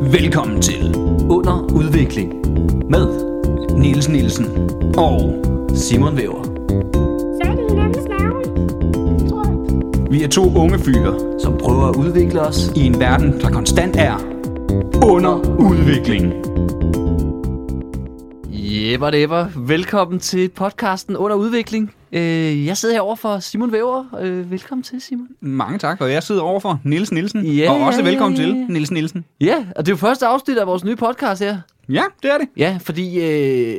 Velkommen til Under Udvikling med Niels Nielsen og Simon Væver. Så er det hinandens navn. Tror jeg. Vi er to unge fyre som prøver at udvikle os. i en verden, der konstant er under udvikling. Jebber debber. Velkommen til podcasten Under Udvikling. Øh, jeg sidder herovre for Simon Væver. Øh, velkommen til, Simon. Mange tak, og jeg sidder overfor Niels Nielsen. Ja, og også ja, velkommen ja, ja. til Niels Nielsen. Ja, og det er jo første afsnit af vores nye podcast her. Ja, det er det. Ja, fordi øh,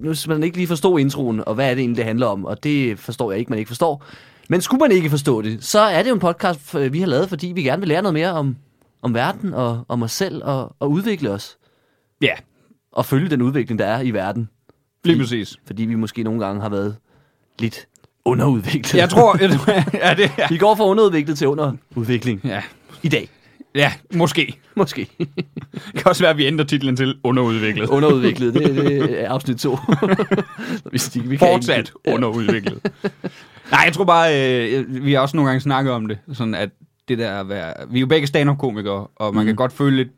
nu hvis man ikke lige forstod introen, og hvad er det egentlig, det handler om, og det forstår jeg ikke, man ikke forstår. Men skulle man ikke forstå det, så er det jo en podcast, øh, vi har lavet, fordi vi gerne vil lære noget mere om, om verden og om os selv og, og udvikle os. Ja, Og følge den udvikling, der er i verden. lige præcis. Fordi vi måske nogle gange har været lidt underudviklet. Jeg tror... ja, det er... Vi går fra underudviklet til underudvikling Ja, i dag. ja, måske. Måske. Det kan også være, at vi ændrer titlen til underudviklet. Underudviklet, det, det er afsnit 2. vi, stikker- vi kan fortsat ikke- underudviklet. Nej, jeg tror bare, øh, vi har også nogle gange snakket om det, sådan at det der at være, vi er jo begge stand-up-komikere, og man Mhm. mm. kan godt føle lidt,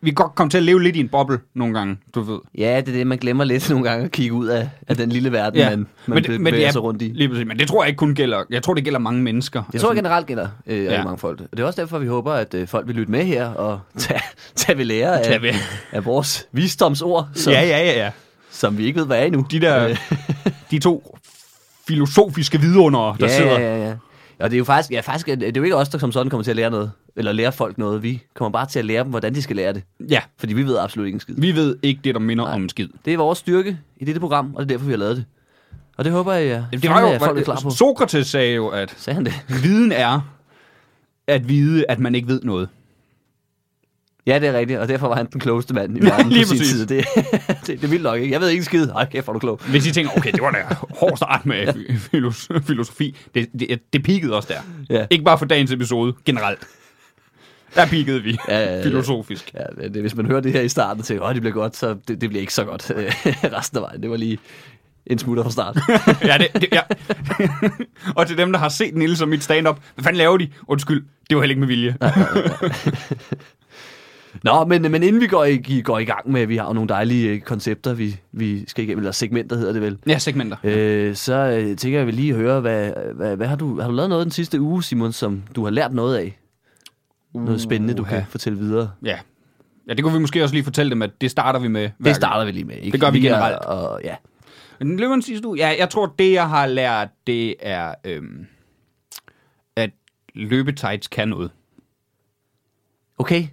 vi kan godt komme til at leve lidt i en boble nogle gange, du ved. Ja, det er det, man glemmer lidt nogle gange at kigge ud af, af den lille verden, ja. man, man men, bevæger ja, sig rundt i. Lige præcis, men det tror jeg ikke kun gælder, jeg tror det gælder mange mennesker. Jeg tror Altså, generelt gælder øh, Ja. ja. mange folk. Og det er også derfor, vi håber, at øh, folk vil lytte med her og tage, tage ved lære Tage af, ved. af vores visdomsord, som, Ja, ja, ja, ja. som vi ikke ved, hvad er endnu. Øh, De der, de to filosofiske vidundere, der ja, sidder. Ja, ja, ja. Og det er jo faktisk, ja, faktisk, øh, det er jo ikke os, der som sådan kommer til at lære noget, eller lære folk noget. Vi kommer bare til at lære dem, hvordan de skal lære det. ja, Fordi vi ved absolut ikke en skid. vi ved ikke det, der minder Nej. om en skid. Det er vores styrke i dette program, og det er derfor, vi har lavet det. Og det håber jeg, at Det var jo, folk er klar på. Sokrates sagde jo, at Sagde han det? Viden er at vide, at man ikke ved noget. Ja, det er rigtigt, og derfor var han den klogeste mand i verden Lige på sin præcis. tid. Det, det, det er vildt nok, ikke? Jeg ved ikke en skid. Ej, kæft, hvor er du klog. Hvis I tænker, okay, det var da hård start med filos- filosofi, det, det, det peakede også der. Ja. Ikke bare for dagens episode, generelt. Der peakede vi, Ja, ja, ja. filosofisk. Ja, det, det- hvis man hører det her i starten og tænker, åh, det bliver godt, så det, det bliver ikke så godt øh, resten af vejen. Det var lige en smutter fra start. Ja, det, det, ja. og til dem, der har set Nils og mit stand-up, hvad fanden laver de? Undskyld, det var heller ikke med vilje. Nå, men, men inden vi går i, i- går i gang med, vi har jo nogle dejlige øh, koncepter, vi, vi skal igennem, eller segmenter hedder det vel, Ja, segmenter. øh, så øh, tænker jeg vil lige høre, hvad, hvad, hvad har, du, har du lavet noget den sidste uge, Simon, som du har lært noget af? Noget spændende, du Uha. kan fortælle videre. Ja. ja, det kunne vi måske også lige fortælle dem, at det starter vi med. hver Det gang. starter vi lige med, ikke? Det gør vi er- generelt. Og, ja. Men løberen sidste uge, ja, jeg tror, det jeg har lært, det er, øhm, at løbetights kan noget. Okay.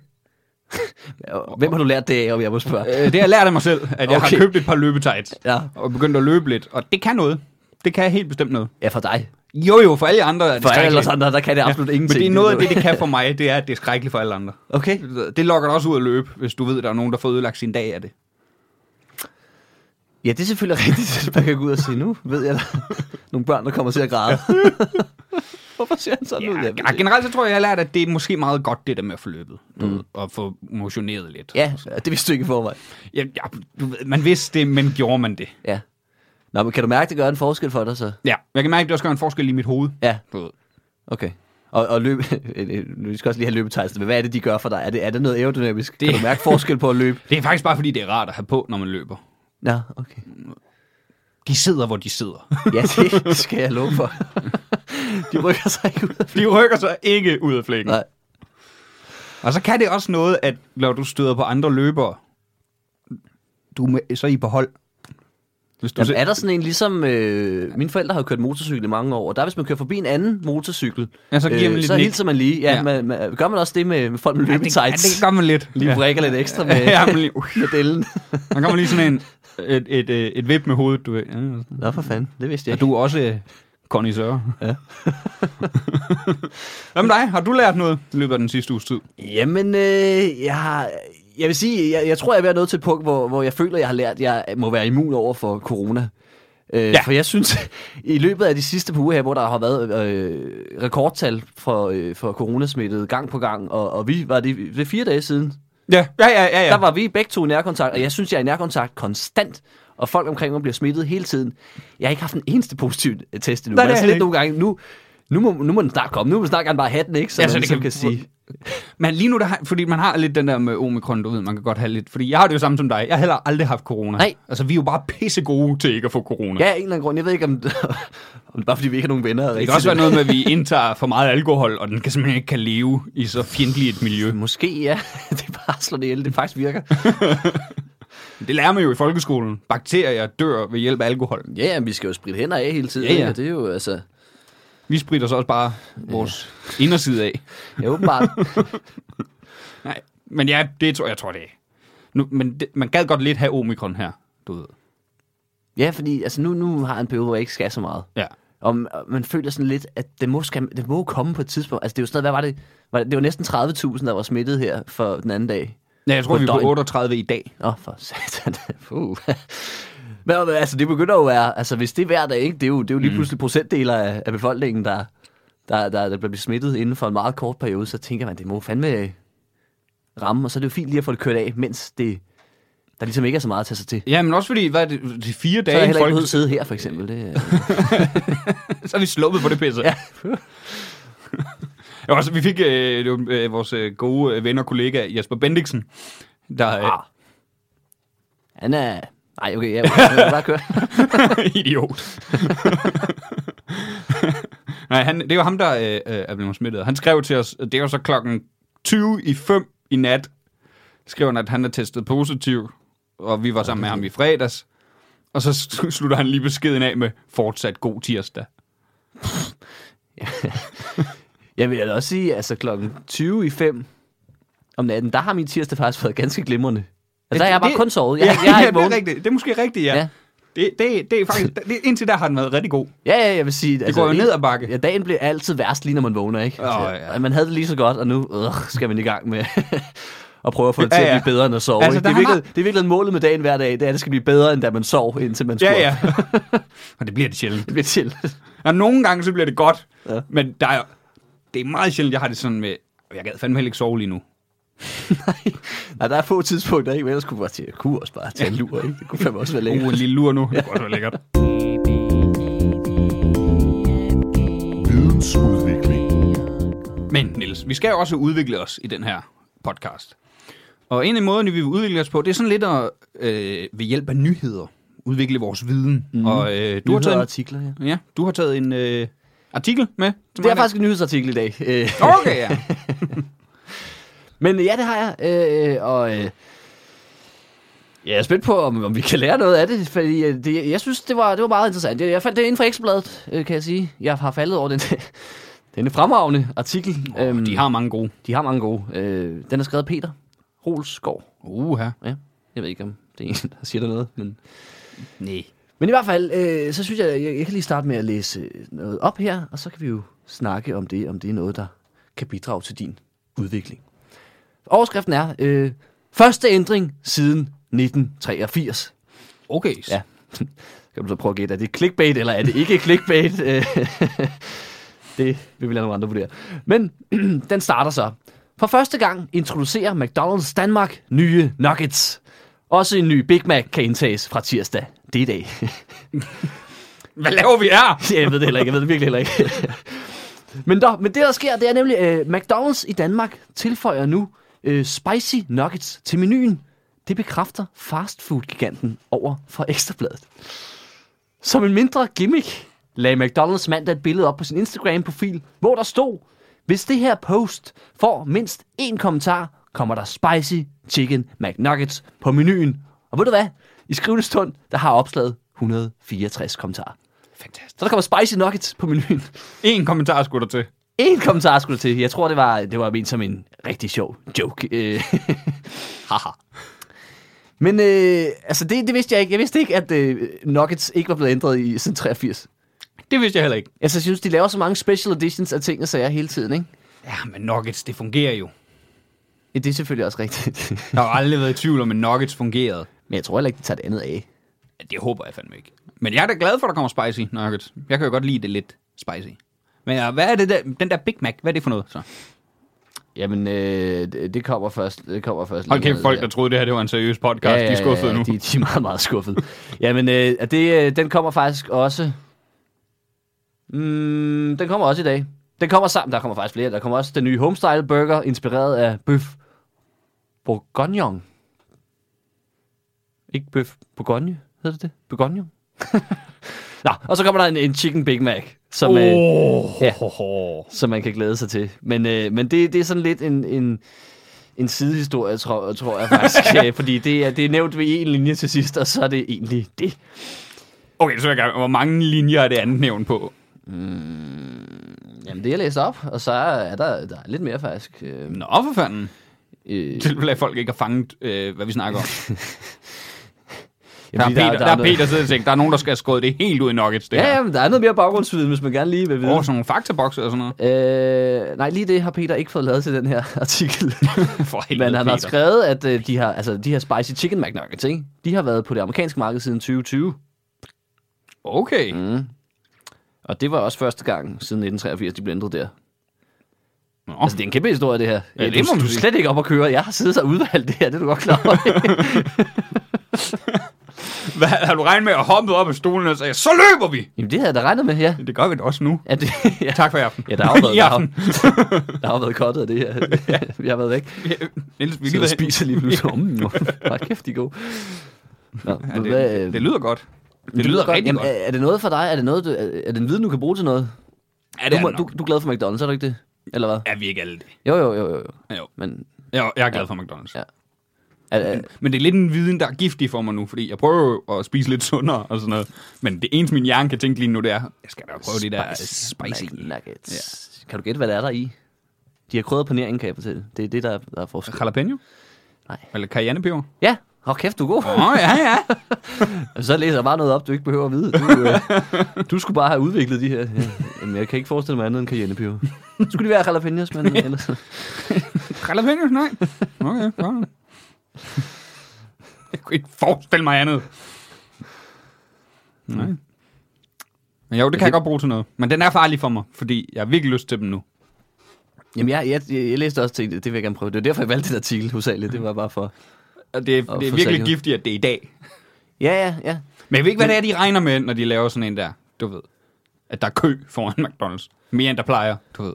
Hvem har du lært det af, om jeg må spørge? Øh, det har jeg lært af mig selv, at jeg okay. Okay. har købt et par løbetights. Ja. Og begyndt at løbe lidt, og det kan noget. Det kan helt bestemt noget. Ja, for dig. Jo jo, for alle andre er det For alle skrækkeligt. os andre, der kan det absolut ja, men ingenting. det er noget af det, du- det kan for mig, det er, at det er skrækkeligt for alle andre. Okay. Det lokker dig også ud at løbe, hvis du ved, at der er nogen, der får ødelagt sin dag af det. Ja, det er selvfølgelig rigtigt, at man kan gå ud og sige, nu ved jeg, der er nogle børn, der kommer til at græde. Hvorfor ser han sådan ud? Jeg ved Ja, det ikke. generelt så tror jeg, jeg har lært, at det er måske meget godt, det der med at få løbet. Du ved, og få motioneret lidt. Mm. ja, det vidste du ikke i forvejen. Ja, ja, du ved, man vidste det, men gjorde man det? Ja. Nå, men kan du mærke, at det gør en forskel for dig så? Ja, jeg kan mærke, at det også gør en forskel i mit hoved. Ja, Du ved. okay. Og, og løb, øh, vi skal også lige have løbetegnsen, men hvad er det, de gør for dig? Er det, er det noget aerodynamisk? Det... Det- Kan du mærke forskel på at løbe? Det er faktisk bare, fordi det er rart at have på, når man løber. Nå, okay. De sidder, hvor de sidder. Ja, det skal jeg love for. De rykker sig ikke ud af De rykker sig ikke ud af flækken. Nej. Og så kan det også noget, at når du støder på andre løbere, du er med, så er I på hold. Hvis du Jamen, ser- er der sådan en, ligesom øh, mine forældre har jo kørt motorcykel i mange år, og der hvis man kører forbi en anden motorcykel, Ja, så giver man øh, lidt så nik. hilser man lige. Ja, Ja. ja. Man, man, gør man også det med, med folk med ja, det, ja, det løbetights? gør man lidt. Lige vrikker lidt ekstra med, ja, men lige, uh, med dælden. der kommer lige sådan en, et, et, øh, et vip med hovedet, du ved. Ja, Nå for fanden, det vidste jeg og ikke. du er også øh, connoisseur. Ja. Hvad med dig? Har du lært noget i løbet af den sidste uges tid? Jamen, øh, jeg har... Jeg vil sige, jeg, jeg tror, jeg er ved at nå til et punkt, hvor, hvor jeg føler, jeg har lært, at jeg må være immun over for corona. Øh, Ja. ja. For jeg synes, i løbet af de sidste par uger her, hvor der har været øh, rekordtal for, øh, for coronasmittede gang på gang, og, og vi var det, det er fire dage siden, Ja, ja, ja. ja, ja. Der var vi begge to i nærkontakt, og jeg synes, jeg er i nærkontakt konstant, og folk omkring mig bliver smittet hele tiden. Jeg har ikke haft en eneste positiv øh, test endnu. Nej, Nej, men det altså er lidt ikke. nogle gange, nu, nu, må, nu må den snart komme. Nu må den snart gerne bare have den, ikke? Så Ja, ja, så man det ligesom kan- kan, kan sige, Men lige nu, der har, fordi man har lidt den der med omikron, du ved, man kan godt have lidt. Fordi jeg har det jo samme som dig. Jeg har heller aldrig haft corona. Nej. Altså, vi er jo bare pisse gode til ikke at få corona. Ja, af en eller anden grund. Jeg ved ikke, om, om det er bare fordi, vi ikke har nogen venner. Det kan også være noget med, at vi indtager for meget alkohol, og den kan simpelthen ikke kan leve i så fjendtligt et miljø. Måske, ja. det er bare slå det ihjel. Det faktisk virker. Det lærer man jo i folkeskolen. Bakterier dør ved hjælp af alkohol. Ja, ja, men vi skal jo spritte hænder af hele tiden. Ja, ikke? ja. Og Det er jo altså... Vi spritter så også bare vores inderside af. Ja, åbenbart. Nej, men ja, det tror jeg, tror det er. Nu, men det, man gad godt lidt have omikron her, du ved. ja, fordi altså, nu, nu har jeg en periode, hvor jeg ikke skal så meget. Ja. Og m- og øh, man føler sådan lidt, at det må, skal, det må komme på et tidspunkt. Altså, det er jo sådan noget, hvad var det? Var det, det var næsten 30.000, der var smittet her for den anden dag. Ja, jeg tror, På vi er døgn. på 38 i dag. Åh, oh, for satan. Puh. Men øh, altså, det begynder jo at være, altså hvis det er hver dag, ikke? Det, er jo, det er jo lige pludselig procentdeler af, af befolkningen, der, der, der, der bliver smittet inden for en meget kort periode, så tænker man, det må fandme øh, ramme, og så er det jo fint lige at få det kørt af, mens det, der ligesom ikke er så meget at tage sig til. Ja, men også fordi, hvad er det, det er fire Så er dage jeg i heller ikke nødt til at folkeskolen, sidde her, for eksempel. Det, øh, så er vi sluppet på det pisse. ja. Ja, altså, vi fik øh, det var, øh, vores øh, gode øh, ven og kollega Jesper Bendiksen, der øh, Ah. Han er... Nej, okay, ja, okay, bare kør. Ah. øh, idiot. Nej, han, det er jo ham, der øh, øh, er blevet smittet. Han skrev til os, det var så klokken 20 i 5 i nat, skrev han, at han er testet positiv, og vi var sammen med ham i fredags. Og så s- slutter han lige beskeden af med, fortsat god tirsdag. Jeg vil da også sige, altså klokken 20 i 5 om natten, der har min tirsdag faktisk været ganske glimrende. Altså, der har jeg bare Det- kun sovet. Ja, Jeg, ja, ja, jeg, jeg ja det er er ikke vågen. rigtigt. Det er måske rigtigt, ja. Ja. ja. Det, det, det er faktisk, det, indtil der har den været rigtig god. Ja, ja, jeg vil sige... Det går jo ned ad bakke. Ja, dagen bliver altid værst, lige når man vågner, ikke? Åh, ja. Og Man havde det lige så godt, og nu øh, skal man i gang med at prøve at få det til Ja, at ja. blive bedre end at sove. Altså, der Altså, det, er har- virkelig, det er virkelig målet med dagen hver dag, det er, at det skal blive bedre, end da man sov, indtil man skulle Ja, op. ja. og det bliver det sjældent. Det bliver til. Og nogle gange, så bliver det godt. Ja. Ja. Men der er, det er meget sjældent, jeg har det sådan med, jeg gad fandme heller ikke sove lige nu. Nej, der er få tidspunkter, ikke? Men ellers kunne man bare sige, jeg kunne også bare tage en lur, ikke? Det kunne fandme også være lækkert. Uh, en lille lur nu. Det kunne også være lækkert. Men Niels, vi skal jo også udvikle os i den her podcast. Og en af måderne, vi vil udvikle os på, det er sådan lidt at, øh, ved hjælp af nyheder, udvikle vores viden. Mm. Og øh, du, har Nyheder og taget artikler, ja. en, ja, du har taget en øh, artikel med. til Det er mig. faktisk en nyhedsartikel i dag. Øh, Okay, ja. Men ja, det har jeg. Øh, øh, og øh, jeg er spændt på, om, om vi kan lære noget af det, fordi øh, det, jeg synes, det var, det var meget interessant. Jeg, jeg fandt det inden for Ekstrabladet, øh, kan jeg sige. Jeg har faldet over den, denne fremragende artikel. Øhm, de har mange gode. de har mange gode. Øh, den er skrevet af Peter Rolskov. Uha. Ja, jeg ved ikke, om det er en, der siger dig noget, men... Nej. Men i hvert fald, øh, så synes jeg, jeg, jeg kan lige starte med at læse øh, noget op her, og så kan vi jo snakke om det, om det er noget, der kan bidrage til din udvikling. Overskriften er, øh, første ændring siden 1983. Okay. Ja. Kan du så prøve at gætte, er det clickbait, eller er det ikke clickbait? Øh, det vil vi lade nogle andre vurdere. Men den starter så. For første gang introducerer McDonald's Danmark nye nuggets. Også en ny Big Mac kan indtages fra tirsdag. Det er i dag. Hvad laver vi her? Ja, jeg ved det heller ikke. Jeg ved det virkelig heller ikke. men, dog, men det, der sker, det er nemlig, at McDonald's i Danmark tilføjer nu øh, spicy nuggets til menuen. Det bekræfter fastfood-giganten over for Ekstrabladet. Som en mindre gimmick lagde McDonald's mandag et billede op på sin Instagram-profil, hvor der stod, hvis det her post får mindst én kommentar, kommer der spicy chicken McNuggets på menuen. Og ved du hvad? I skrivende stund, der har opslaget 164 kommentarer. Fantastisk. Så der kommer spicy nuggets på menuen. En kommentar skulle der til. En kommentar skulle til. Jeg tror, det var, det var ment som en rigtig sjov joke. Øh, Haha. Men øh, altså, det, det vidste jeg ikke. Jeg vidste ikke, at øh, nuggets ikke var blevet ændret i siden 83. Det vidste jeg heller ikke. Altså, jeg synes, de laver så mange special editions af ting og sager hele tiden, ikke? Ja, men nuggets, det fungerer jo. Ja, det er selvfølgelig også rigtigt. Jeg har aldrig været i tvivl om, at nuggets fungerede. Men jeg tror heller ikke, de tager det andet af. Ja, Det håber jeg fandme ikke. Men jeg er da glad for, at der kommer spicy nuggets. Jeg kan jo godt lide det lidt spicy. Men ja, hvad er det der, den der Big Mac, hvad er det for noget så? Jamen, øh, det, det kommer først. Det kommer først Hold længere kæft, ned folk, der. der troede, det her det var en seriøs podcast, ja, ja, ja, de er skuffede nu. De, de er meget, meget skuffede. Jamen, øh, og det, øh, den kommer faktisk også... Mm, den kommer også i dag. Den kommer sammen. Der kommer faktisk flere. Der kommer også den nye homestyle burger, inspireret af bøf bourguignon. Ikke bøf bourgogne, hedder det det? Bourgogne? Nå, og så kommer der en, en chicken Big Mac, som, oh. øh, ja, som man kan glæde sig til. Men, øh, men det, det er sådan lidt en, en, en sidehistorie, tror, tror jeg faktisk. øh, fordi det er, det er nævnt ved en linje til sidst, og så er det egentlig det. Okay, så er jeg gerne. Hvor mange linjer er det andet nævnt på? Mm. Jamen, det er læst op, og så er der, der er lidt mere faktisk. Øh, Nå, for fanden. øh, I tilfælde af, at folk ikke har fanget, øh, hvad vi snakker om. Der er fordi Peter, der, der, er noget- Peter sidder og tænker, der er nogen, der skal have skåret det helt ud i nuggets, det Ja, her. ja, men der er noget mere baggrundsviden, hvis man gerne lige vil vide. Over sådan nogle faktabokse og sådan noget. Øh, nej, lige det har Peter ikke fået lavet til den her artikel. For Men helvede, han har Peter. skrevet, at øh, de, har, altså, de her spicy chicken McNuggets, ikke? de har været på det amerikanske marked siden 2020. Okay. Mm. Og det var også første gang siden 1983, de blev ændret der. Nå. Altså, det er en kæmpe historie, det her. Ja, det du, må man du er sige. slet ikke op at køre. Jeg har siddet og udvalgt det her, det er du godt klar over. Hvad, har du regnet med at hoppe op af stolen og sagde, så løber vi! Jamen, det havde jeg da regnet med, ja. Det gør vi da også nu. ja, det, ja. Tak for i aften. Ja, der har jo været, I der har, aften. der har jo været kottet af det her. Vi har været væk. Niels, vi Vi lige lige ved, spiser lige pludselig. om. Hold kæft, de er gode. Nå, Ja, men hvad, øh, det, det, lyder godt. Det, lyder, rigtig Jamen, øh, godt. Er, er det noget for dig? Er det, noget, du, er, er det en viden, du kan bruge til noget? Ja, det du, er må- det du, nok. du er glad for McDonald's, er du ikke det? Eller hvad? Er vi ikke alle det? Jo, jo, jo. jo. jo. Jo. Men Jeg, jeg er glad for McDonald's. Ja. er, er, Men det er lidt en viden, der er giftig for mig nu, fordi jeg prøver jo at spise lidt sundere og sådan noget. Men det eneste, min hjerne kan tænke lige nu, det er, jeg skal da prøve de der spicy. McNuggets. Ja. Kan du gætte, hvad der er der i? De har krydret paneringen, kan jeg fortælle. Det er det, der er, der er forskel. Jalapeno? Nej. Eller cayennepeber? Ja, hold kæft, du er god. Åh, oh, ja, ja. Så læser jeg bare noget op, du ikke behøver at vide. Du, øh, du skulle bare have udviklet de her. Ja. Jamen, jeg kan ikke forestille mig andet end cayennepeber. Skulle de være jalapenos, men ellers... Jalapenos, nej. Okay, godt. Jeg kunne ikke forestille mig andet. Nej. Men jo, det kan jeg godt bruge til noget. Men den er farlig for mig, fordi jeg har virkelig lyst til dem nu. Jamen, jeg, jeg, jeg læste også ting, det vil jeg gerne prøve. Det var derfor, jeg valgte den artikel, hovedsageligt. Det var bare for... Og det, er, Og det er for virkelig sikkerhed. giftigt, at det er i dag. Ja, ja, ja. Men jeg ved ikke, hvad det er, de regner med, når de laver sådan en der, du ved. At der er kø foran McDonald's. Mere end der plejer, du ved.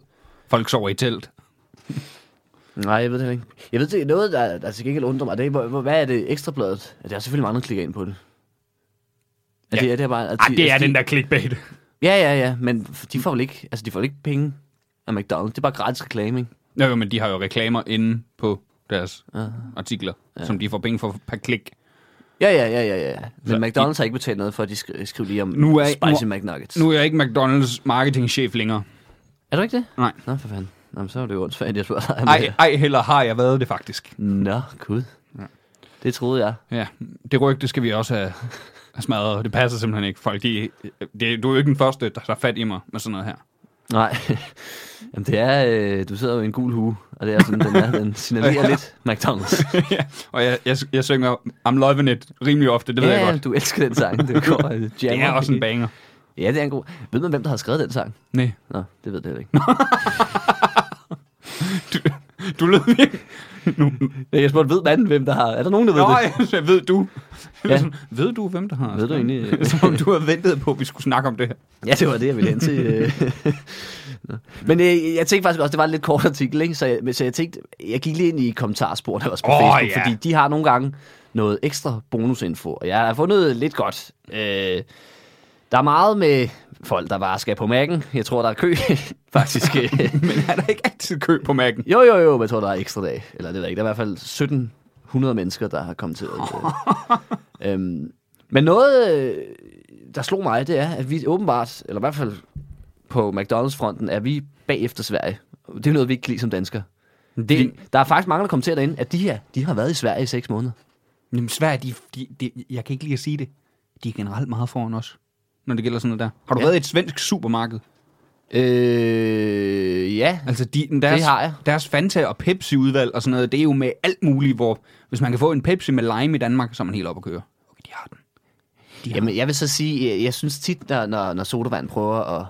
Folk sover i telt. Nej, jeg ved det heller ikke. Jeg ved det er noget, der, der til gengæld undrer mig. Det er, hvor- hvor- hvad er det ekstrabladet? Ja, Der er selvfølgelig mange, der klikker ind på det. Er Ja. det, er det, bare, at Ej, det er altså, den der clickbait. De, ja, ja, ja, men f- de får vel ikke, altså, de får vel ikke penge af McDonald's. Det er bare gratis reklame, ikke? Nå jo, men de har jo reklamer inde på deres Ja, artikler, som de får penge for per klik. ja, ja, ja, ja. ja. Men Så- McDonald's har ikke betalt noget for, at de skri- skriver lige om Nu er- Spicy nu- McNuggets. Nu er jeg ikke McDonald's marketingchef længere. Er du ikke det? Nej. Nå, for fanden. Nå, men så er det jo åndssvagt, jeg spørger dig. om Ej, det ej heller har jeg været det faktisk. her. Nå, gud. Det troede jeg. Ja, det rygte skal vi også have, have smadret, og det passer simpelthen ikke. Folk, de, det, du er jo ikke den første, der har fat i mig med sådan noget her. Nej. Jamen, det er, øh, du sidder jo i en gul hue, og det er sådan, den er, den signalerer lidt McDonald's. ja, og jeg, jeg, jeg synger I'm loving it rimelig ofte, det ved ja, jeg godt. du elsker den sang. Det, går, øh, Det er jammer. også en banger. Ja, det er en god. Ved man, hvem der har skrevet den sang? Nej, Nå, det ved jeg heller ikke. du, du lød virkelig... Ja, Jeg spurgte, ved man, hvem der har... Er der nogen, der ved Nå, det? jeg- ved du? Ja. Ja. Ved du, hvem der har? Ved du egentlig? øh? Som om du har ventet på, at vi skulle snakke om det her. Ja, det var det, jeg ville hen til. øh. Nå. Men øh, jeg tænkte faktisk også, det var en lidt kort artikel, ikke? Så, jeg, men- så jeg tænkte, jeg gik lige ind i kommentarsporet også på Åh, Facebook, ja. fordi de har nogle gange noget ekstra bonusinfo, og jeg har fundet lidt godt. Øh, der er meget med folk, der bare skal på mærken. Jeg tror, der er kø, faktisk. Men er der ikke altid kø på mærken? Jo, jo, jo, men jeg tror, der er ekstra dag. Eller det ved jeg ikke. Der er i hvert fald 1700 mennesker, der har kommenteret. øh. øhm, men noget, øh, der slog mig, det er, at vi åbenbart, eller i hvert fald på McDonald's-fronten, er vi bagefter Sverige. Det er noget, vi ikke kan lide som danskere. Det, Vi- Der er faktisk mange, der kommenterer derinde, at de her, de har været i Sverige i seks måneder. Jamen Sverige, de, de, de, jeg kan ikke lige at sige det, de er generelt meget foran os, når det gælder sådan noget der. Har du Ja. ja. været i et svensk supermarked? Øh, ja. Altså de, deres, har jeg. deres Fanta og Pepsi-udvalg og sådan noget, det er jo med alt muligt, hvor hvis man kan få en Pepsi med lime i Danmark, så er man helt op at køre. Okay, de har den. De har Jamen, jeg vil så sige, jeg, jeg synes tit, når, når, når sodavand prøver at...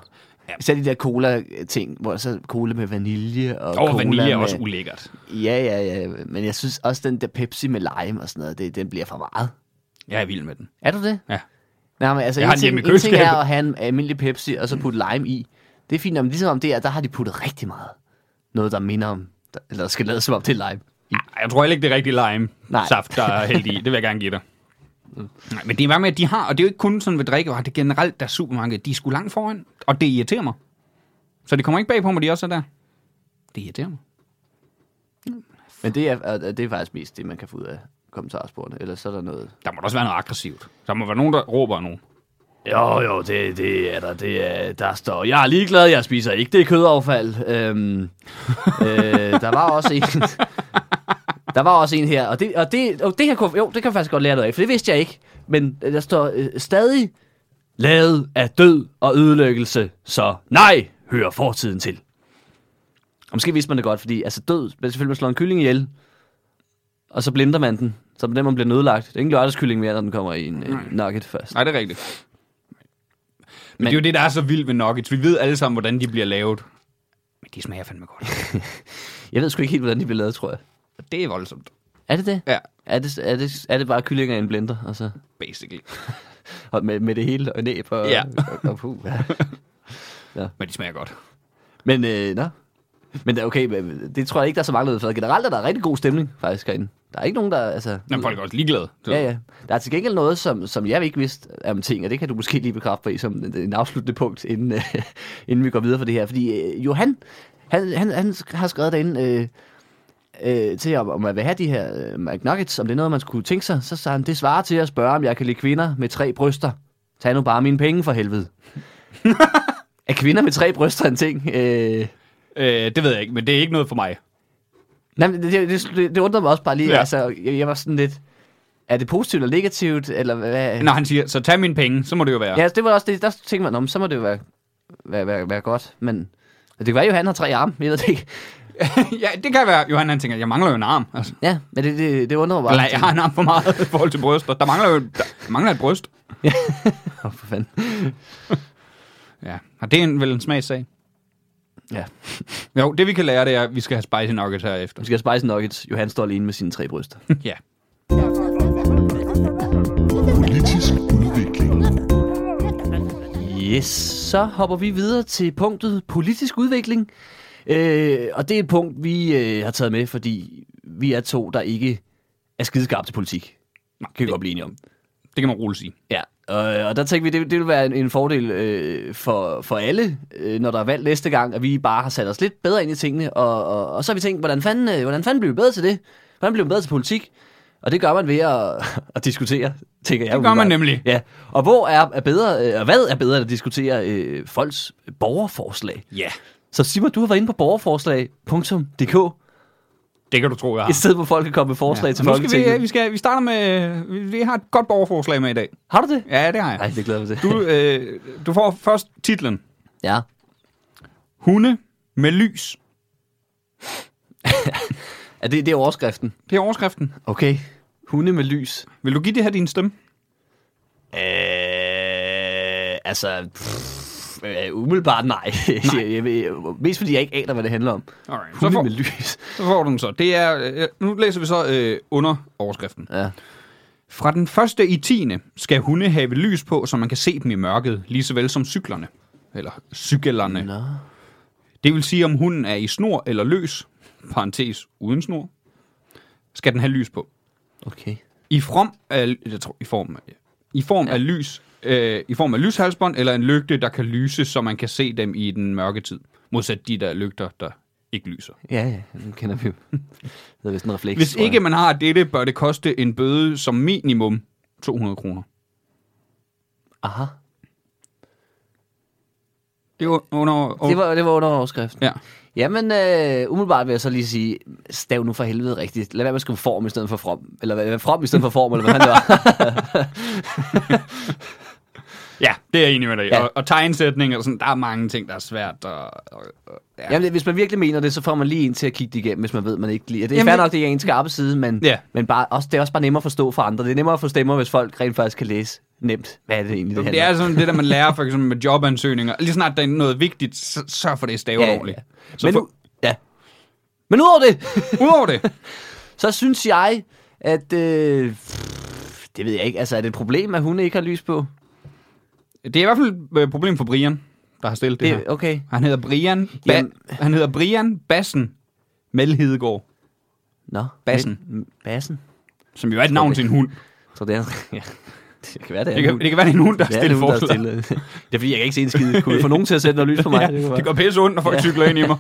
Især de der cola-ting, hvor så cola med vanilje og den. cola Og vanilje er med... også ulækkert. Ja, ja, ja. Men jeg synes også, den der Pepsi med lime og sådan noget, det, den bliver for meget. Jeg er vild med den. Er du det? Ja. Nej, men altså, Jeg jeg har den en, ting, hjemme i en ting er køleskabet. at have en almindelig Pepsi, og så putte lime i. Det er fint, men ligesom om det er, der har de puttet rigtig meget. Noget, der minder om, der, eller der skal lade som om det er lime. Ej, Jeg tror heller ikke, det er rigtig Nej. lime-saft, der er hældt i. Det vil jeg gerne give dig. Nej, men det er bare med, at de har, og det er jo ikke kun sådan ved drikkevarer, det er generelt, der er supermarkedet, de er sgu langt foran, og det irriterer mig. Så det kommer ikke bag på mig, de også er der. Det irriterer mig. Men det er, er- det er faktisk mest det, man kan få ud af kommentarsporene. Ellers så er der noget... Der må da også være noget aggressivt. Der må være nogen, der råber af nogen. Jo, jo, det, det er der. Det er, der står, jeg er ligeglad, jeg spiser ikke det kødaffald. Øhm, øh, der var også en... Der var også en her, og det, og det, og det her kunne, jo, det kan jeg faktisk godt lære noget af, for det vidste jeg ikke. Men øh, der står øh, stadig, lavet af død og ødelæggelse, så nej, hører fortiden til. Og måske vidste man det godt, fordi altså død, men selvfølgelig man slår en kylling ihjel, og så blinder man den, så den man bliver nødlagt. Det er ingen lørdagskylling mere, når den kommer i en øh, nugget først. Nej, det er rigtigt. Men, men det er jo det, der er så vildt ved nuggets. Vi ved alle sammen, hvordan de bliver lavet. Men de smager fandme godt. Jeg ved sgu ikke helt, hvordan de bliver lavet, tror jeg. Og det er voldsomt. Er det det? Ja, Er det, er det, er det bare kyllinger i en blender, altså? og så basically. og med, med det hele, og næb og, Ja. og, og puh. Ja. Men de smager godt. Men, øh, nå. Men det er okay, men øh, det tror jeg ikke, der er så mange, der ved, for generelt er der rigtig god stemning, faktisk, herinde. Der er ikke nogen, der, altså... Men folk er også ligeglade. Så- Ja, ja. Der er til gengæld noget, som, som jeg ikke vidste om ting, og det kan du måske lige bekræfte på i som en, en afsluttende punkt, inden, øh, inden vi går videre for det her. Fordi øh, Johan, han, han, han har skrevet derinde øh, øh, til, om, om man vil have de her øh, McNuggets, om det er noget, man skulle tænke sig. Så sagde han, det svarer til at spørge, om jeg kan lide kvinder med tre bryster. Tag nu bare mine penge for helvede. er kvinder med tre bryster en ting? Øh, Øh, det ved jeg ikke, men det er ikke noget for mig. Nej, men det, det, det, det undrede mig også bare lige. Ja. Ja. Altså, jeg, jeg var sådan lidt... Er det positivt eller negativt? Eller hvad? Når han siger, så tag mine penge, så må det jo være. Ja, altså, det var også det. Der tænkte man, "Nå, men så må det jo være, være, være, være godt. Men Altså, det kan være, at Johan har tre arme. Jeg ved det ikke. ja, det kan være. Johan han tænker, jeg mangler jo en arm. Altså, Ja, men det, det, det undrer mig bare. eller jeg har en arm for meget i forhold til bryster. Der mangler jo der mangler et bryst. Åh, for fanden. Ja, og det er en, vel en smagssag. Ja, Jo, det vi kan lære, det er, at vi skal have spicy nuggets her efter. nu skal jeg spice nuggets. Johan står alene med sine tre bryster. ja. Politisk udvikling. Yes, så hopper vi videre til punktet politisk udvikling. Øh, og det er et punkt, vi øh, har taget med, fordi vi er to, der ikke er skideskarpe til politik. Kan vi godt blive enige om. Det kan man roligt sige. Ja, og, og der tænkte vi, det, det vil være en, en fordel øh, for, for alle, øh, når der er valg næste gang, at vi bare har sat os lidt bedre ind i tingene, og, og, og så har vi tænkt, hvordan fanden, øh, hvordan fanden bliver vi bedre til det? Hvordan bliver vi bedre til politik? Og det gør man ved at, at diskutere, tænker jeg. Det gør man umiddelbart. nemlig. Ja, og hvor er, er bedre, øh, og hvad er bedre end at diskutere øh, folks borgerforslag? Ja. Så Simon, du har været inde på borgerforslag.dk, Det kan du tro, jeg har. et sted, hvor folk kan komme med forslag ja. til Og nu skal Folketinget. vi, øh, vi, skal, vi starter med... øh, Vi, vi har et godt borgerforslag med i dag. Har du det? Ja, det har Nej, jeg. det glæder jeg mig til. Du, øh, du får først titlen. Ja. Hunde med lys. Er det, det er overskriften. Det er overskriften. Okay. Hunde med lys. Vil du give det her din stemme? Øh, altså, pff, øh, umiddelbart nej. nej. Jeg, ved, mest fordi jeg ikke aner, hvad det handler om. Alright. Så Hunde får, med lys. så får du den så. Det er, øh, nu læser vi så øh, under overskriften. Ja. Fra den første i 10. skal hunde have lys på, så man kan se dem i mørket, lige så vel som cyklerne. Eller cyklerne. Nå. Det vil sige, om hunden er i snor eller løs, parentes uden snor, skal den have lys på. Okay. I form af, jeg tror, i form af, i form ja. af lys, øh, i form af lyshalsbånd eller en lygte, der kan lyse, så man kan se dem i den mørke tid. Modsat de der lygter, der ikke lyser. Ja, ja, nu kender vi jo. Det er vist en refleks. Hvis tror jeg. ikke man har dette, bør det koste en bøde som minimum 200 kroner. Aha. Det var under... Det var, det var under overskriften. Ja. Jamen, øh, umiddelbart vil jeg så lige sige, stav nu for helvede rigtigt. Lad være med at skrive form i stedet for from. Eller hvad- from i stedet for form, eller hvad han det var. Ja, det er jeg enig med dig. i. Ja. Og, og tegnsætning og sådan, der er mange ting, der er svært. Og, og, og, ja. Jamen, hvis man virkelig mener det, så får man lige en til at kigge det igennem, hvis man ved, man ikke lige. Det er Jamen, fair det- nok, det er ens skarpe side, men, Ja. men bare, også, det er også bare nemmere at forstå for andre. Det er nemmere at få stemmer, hvis folk rent faktisk kan læse nemt. Hvad er det egentlig, Det det, handler om? er altså- sådan det, der man lærer for eksempel med jobansøgninger. Lige snart der er noget vigtigt, så sørg for det er stavet ja, ordentligt. Ja. Så Men, men for... ja. men udover det, udover det, så synes jeg, at... Øh, det ved jeg ikke. Altså, er det et problem, at hun ikke har lys på? det er i hvert fald et øh, problem for Brian. der har stillet det, det Det, her. okay. Han hedder Brian, ba- Jamen- han hedder Brian Bassen Melhedegaard, Nå. Bassen. Men- Bassen. som jo er et navn det- til en hund. Så det er... Ja. Det kan være, det er Det kan, det kan være, det er en hund, der har det er stillet det, der er forslag. stille. Det er fordi, jeg kan ikke se en skid. Kunne vi få nogen til at sætte noget lys på mig? Ja, Det kunne være. det går pisse ondt, når folk cykler ind i mig.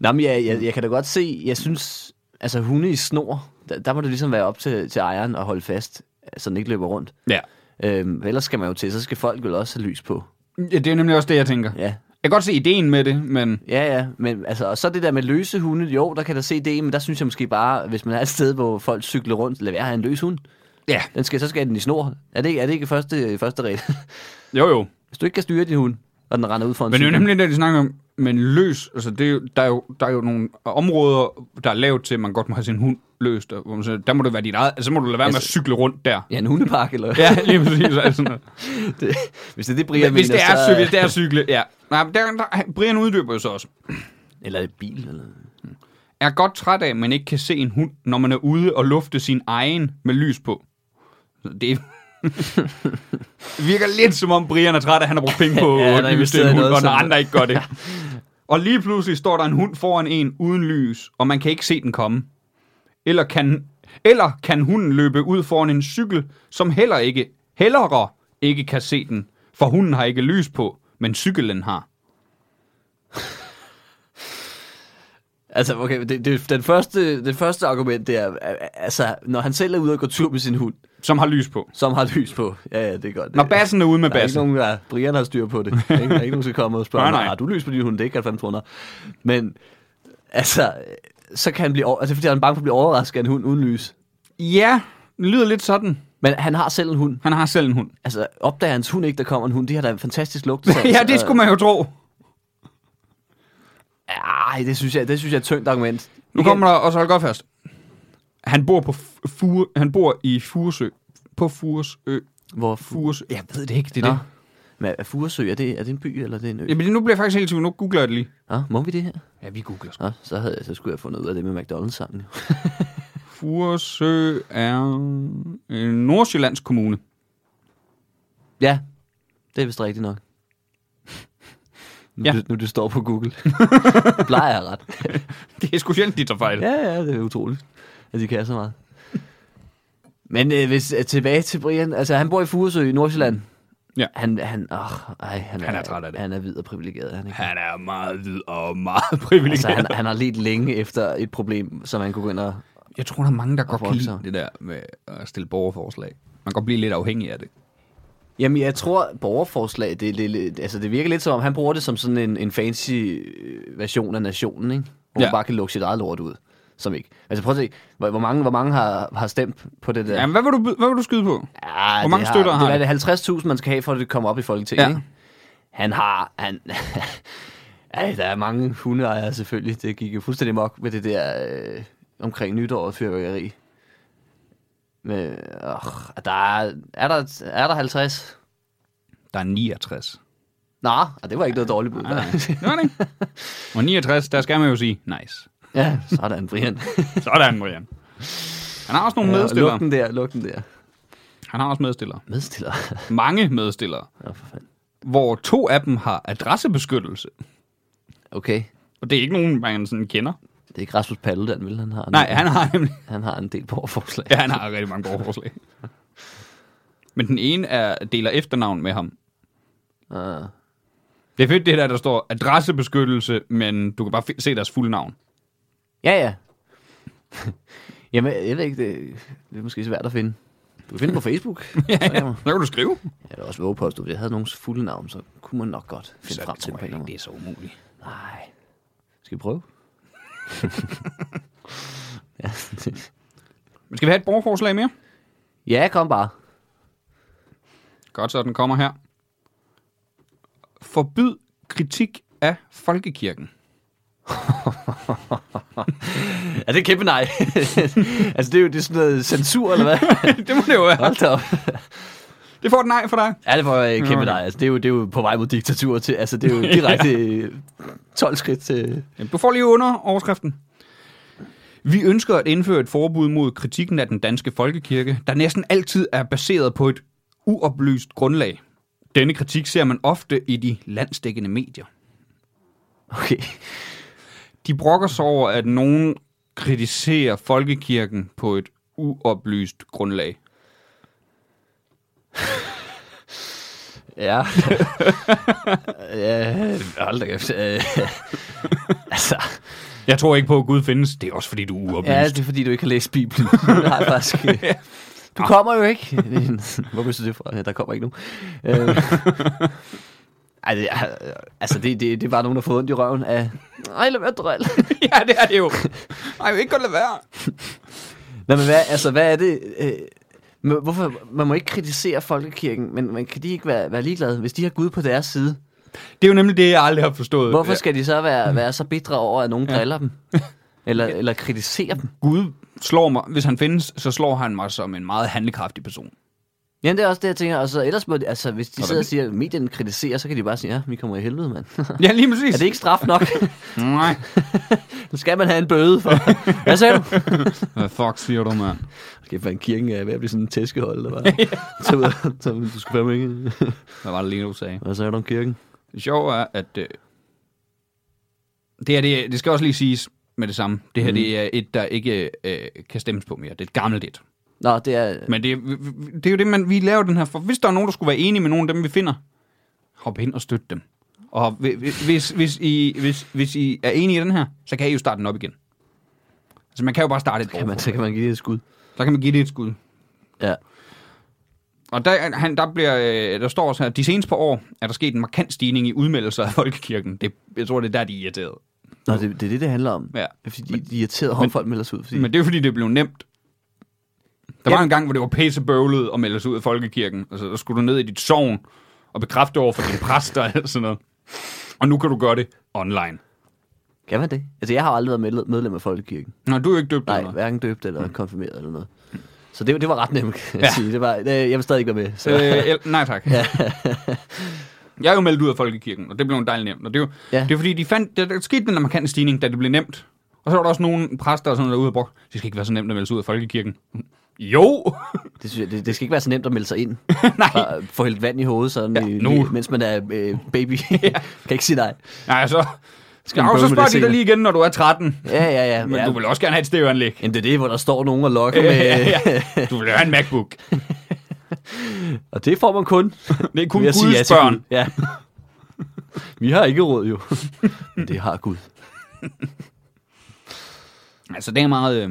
Nå, men jeg, jeg, jeg kan da godt se, jeg synes, altså hunde i snor, der, der må det ligesom være op til, til ejeren at holde fast, så den ikke løber rundt. Ja. Øhm, ellers skal man jo til, så skal folk vel også have lys på. ja, det er nemlig også det, jeg tænker. Ja, Jeg kan godt se ideen med det, men ja, ja. Men, altså, og så det der med løse hunde, jo, der kan der se det, men der synes jeg måske bare, hvis man er et sted, hvor folk cykler rundt, lad være at have en løs hund. ja, Den skal, så skal den i snor. Er det, ikke- er det ikke første, første regel? jo jo. hvis du ikke kan styre din hund, og den render ud for en Men det er jo nemlig det, de snakker om. Men løs, altså det er jo, der, er jo, der er jo nogle områder, der er lavet til, at man godt må have sin hund løst. Og, hvor man siger, der må det være dit eget, altså, så må du lade være med at Altså- cykle rundt der. Ja, en hundepark, eller Ja, lige præcis. Altså, sådan noget. det, hvis det er det, Brian hvis, mener, det er, så... cy- hvis det er cykle, ja. Nej, men der, der, Brian uddyber jo så også. Eller et bil, eller... Er godt træt af, at man ikke kan se en hund, når man er ude og lufte sin egen med lys på. Så Det virker lidt som om Brian er træt af, at han har brugt penge på Ja, han har at investeret investere i i en hund, noget, og når som- andre ikke gør det. Og lige pludselig står der en hund foran en uden lys, og man kan ikke se den komme. Eller kan, eller kan hunden løbe ud foran en cykel, som heller ikke, hellere ikke kan se den, for hunden har ikke lys på, men cyklen har. Altså, okay, det, det, den første, det første argument, det er, øh, altså, når han selv er ude og gå tur med sin hund, Som har lys på. som har lys på. Ja, ja, det er godt. Når bassen er ude med der er ikke bassen. nogen, der, Brian har styr på det. Der er ikke, der er ikke nogen, der skal komme og spørge, Nej, nej, nej. nej. har du lys på din hund? Det er ikke 90 kroner. Men, altså, øh, så kan han blive over, altså, fordi han er bange for at blive overrasket af en hund uden lys. Ja, det lyder lidt sådan. Men han har selv en hund. Han har selv en hund. Altså, opdager hans hund ikke, der kommer en hund, de har da en fantastisk lugt. ja, det skulle man jo tro. Ej, det synes jeg, det synes jeg er et tyndt argument. Nu kommer der, og så hold godt fast. Han bor, på F- Fure, han bor i Furesø. På Furesø. Hvor fu- Furesø. Jeg ved det ikke, det er Nå. det. Men er Furesø, er det, er det en by, eller er det en ø? Jamen, nu bliver jeg faktisk helt tvivl. Nu googler jeg det lige. Nå, må vi det her? Ja, vi googler sgu. Nå, så, havde jeg, så skulle jeg have fundet ud af det med McDonald's-sangen. jo. Furesø er en Nordsjællands kommune. Ja, det er vist rigtigt nok. Nu, Ja. ja. nu det står på Google. det plejer jeg ret. Det er sgu sjældent, de tager fejl. Ja. Ja, ja, det er utroligt, at de kan så meget. Men øh, hvis, øh, tilbage til Brian. Altså, han bor i Furesø i Nordsjælland. Ja. Han, han, åh, ej, han, Han er træt af det. Han er videre privilegeret. er Han, ikke? Han er meget hvid og meget privilegeret. Altså, han, han har lidt længe efter et problem, som han kunne gå ind og... Jeg tror, der er mange, der godt kan brokke sig. lide det der med at stille borgerforslag. Man kan godt blive lidt afhængig af det. Jamen, jeg tror, borgerforslag, det, det, det, altså, det virker lidt som om, han bruger det som sådan en, en fancy øh, version af nationen, ikke? Hvor ja. Ja. man bare kan lukke sit eget lort ud. Som ikke. Altså prøv at se, hvor, hvor mange, hvor mange har, har stemt på det der? Jamen, hvad vil du, byde- hvad vil du skyde på? Ah, Hvor mange det støtter har har det? er 50.000, man skal have, for at det kommer op i Folketinget, Ja. ja. ikke? Han har... Han, Ej, der er mange hundeejere selvfølgelig. Det gik jo fuldstændig mok med det der øh, omkring nytår og fyrværkeri. Men, øh, der er, er, der, er der 50? Der er 69. Nå, ah, det var ikke noget dårligt bud. Nej, nej. hva'? Det var det ikke. Og 69, der skal man jo sige, nice. ja, sådan, Brian. Sådan, Brian. Han har også nogle medstillere. Luk den der, luk den der. Han har også medstillere. Medstiller. Mange medstillere. Nå, for fanden. Hvor to af dem har adressebeskyttelse. Okay, Og det er ikke nogen, man sådan kender. det er ikke Rasmus Paludan, vel? Han har, Nej, en, han har nemlig... han har en del borgerforslag. Ja, han har rigtig mange borgerforslag. Men den ene er, deler efternavn med ham. Uh, Det er fedt det der, der står adressebeskyttelse, men du kan bare fi- se deres fulde navn. Ja, ja. Jamen, jeg ved ikke, det, det er måske svært at finde. Du kan finde den på Facebook. ja, ja. Jeg Så kan du skrive. er da også våge på, at hvis jeg havde nogens fulde navn, så kunne man nok godt finde frem til tror det jeg på en ikke, eller det er så umuligt. anden måde. Nej. Skal vi prøve? ja. Men skal vi have et borgerforslag mere? ja, kom bare. Godt, så den kommer her. Forbyd kritik af folkekirken. Ja, det er kæmpe nej. altså, det er jo det er sådan noget censur, eller hvad? det må det jo være. Hold da op. Det får et nej for dig. Ja, det var øh, Nå, kæmpe okay. nej. Altså, det, er jo, det er jo på vej mod diktatur. Til, altså, det er jo direkte øh, 12 skridt til... Jamen, Du får lige under overskriften. Vi ønsker at indføre et forbud mod kritikken af den danske folkekirke, der næsten altid er baseret på et uoplyst grundlag. Denne kritik ser man ofte i de landsdækkende medier. Okay. De brokker sig over, at nogen kritiserer folkekirken på et uoplyst grundlag. Ja. ja, hold da kæft. Øh, altså, Jeg tror ikke på, at Gud findes. Det er også, fordi du er uoplyst. ja, det er fordi, du ikke har læst Bibelen. Nej, faktisk. øh, Du kommer jo ikke. Hvor vidste du det fra? Ja, der kommer ikke nogen. Øh, Ej, det, er- altså, det, det, det er bare nogen, der får ondt i røven af... Ej, lad være drøl. ja, det er det jo. Nej, jeg vil ikke godt lade være. Nå, men hvad, altså, hvad er det... Øh, men hvorfor, man må ikke kritisere folkekirken, men, men kan de ikke være, være ligeglade, hvis de har Gud på deres side? Det er jo nemlig det, jeg aldrig har forstået. Hvorfor skal de så være, være så bitre over, at nogen driller dem? Eller, eller kritiserer dem? Gud slår mig, hvis han findes, så slår han mig som en meget handlekraftig person. Jamen, det er også det, jeg tænker. Og så ellers må de, altså, hvis de Sådan. sidder og siger, at medierne kritiserer, så kan de bare sige, ja, vi kommer i helvede, mand. Ja, lige præcis. er det ikke straf nok? Nej. Nu skal man have en bøde for. Hvad sagde du? Hvad fuck siger du, mand? Skal okay, kirken er ved at blive sådan en tæskehold, eller hvad? Så ud og- så du skal fandme ikke. Hvad var det lige, du sagde? Hvad sagde du om kirken? Det sjove er, at... Øh, det, her, det, det skal også lige siges med det samme. Det her mm. det er et, der ikke øh, kan stemmes på mere. Det er et gammelt et. Nå, det er... Men det, er- vi- vi- det er jo det, man, vi laver den her for. Hvis der er nogen, der skulle være enige med nogen af dem, vi finder, hop ind og støt dem. Og hvi- hvi- hvis, hvis, I, hvis, hvis I er enige i den her, så kan I jo starte den op igen. Altså, man kan jo bare starte et Kan man, så borgerforslag. kan man give det et skud. Så kan man give det et skud. Ja. Og der, han, der, bliver, øh, der står også her, de seneste par år er der sket en markant stigning i udmeldelser af folkekirken. Det, jeg tror, det er der, de er irriterede. Nå, det, det er det, det handler om. Ja. Fordi de, de er irriterede over, at folk melder sig ud. Fordi... Men det er jo, fordi, det blev nemt. Der var en gang, hvor det var pissebøvlet at melde sig ud af folkekirken. Altså, der skulle du ned i dit sogn og bekræfte over for din præst og alt sådan noget. Og nu kan du gøre det online. Kan man det? Altså, jeg har jo aldrig været medle- medlem af Folkekirken. Nå, du er Mm. jo ikke døbt Nej, eller noget. hverken døbt eller konfirmeret eller noget. Så det, det var ret nemt, kan jeg ja. sige. Det var, øh, jeg vil stadig ikke være med. Så. Øh, el- nej tak. Jeg er jo meldt ud af folkekirken, og det blev en dejlig nemt. Og det er jo ja. Ja. det er fordi, de fandt, der, der skete den der markante stigning, da det blev nemt. Og så var der også nogle præster og sådan noget, der ude og brugt, det skal ikke være så nemt at melde sig ud af folkekirken. Jo! Det, synes jeg, det, det skal ikke være så nemt at melde sig ind. nej. Bare øh, få hældt vand i hovedet, sådan, Ja, ja, nu. nu. mens man er øh, baby. ja. kan ikke sige nej. Nej, så... Skal man jo, så bøvle med spørger det de dig senere? lige igen, når du er 13. Ja, ja, ja. Men ja. du vil også gerne have et stereoanlæg. Jamen, det er det, hvor der står nogen og lokker Ja, med... øh, ja, ja. Du vil have en MacBook. Og det får man kun. Det er kun ved at Guds sige ja til børn. Gud. Ja. Vi har ikke råd, jo. Men det har Gud. Altså, det er meget... Øh...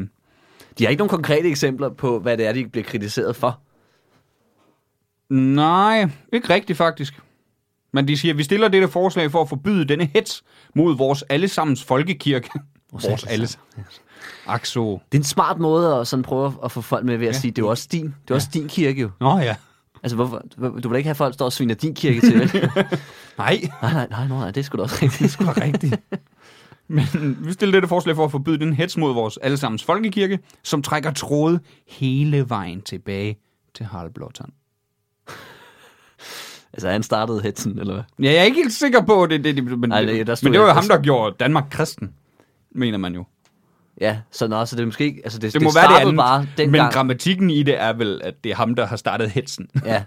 De har ikke nogen konkrete eksempler på, hvad det er, de bliver kritiseret for. Nej, ikke rigtigt faktisk. Men de siger, at vi stiller dette forslag for at forbyde denne hets mod vores allesammens folkekirke. Vores, vores allesammens. Akso. Det er en smart måde at sådan prøve at få folk med ved at Ja. ja. sige, det er jo også din, det er ja. også din kirke jo. Nå ja. Altså, hvorfor, hvor- du vil da ikke have folk, der står og sviner din kirke til, vel? Nej, nej, nej, nej, nej, det er sgu da også rigtigt. det var rigtigt. Men vi stiller dette forslag for at forbyde den hets mod vores allesammens folkekirke, som trækker tråde hele vejen tilbage til Harald Blåtand. altså, han startede hetsen, eller hvad? Ja, jeg er ikke helt sikker på, at det er det, de, men, Ej, det, det- der stod men det var jo jeg- ham, der gjorde Danmark kristen, mener man jo. Ja, så nå, så det er måske ikke, altså, det, Det må det være det startede andet, bare men dengang. grammatikken i det er vel, at det er ham, der har startet hetsen. Ja.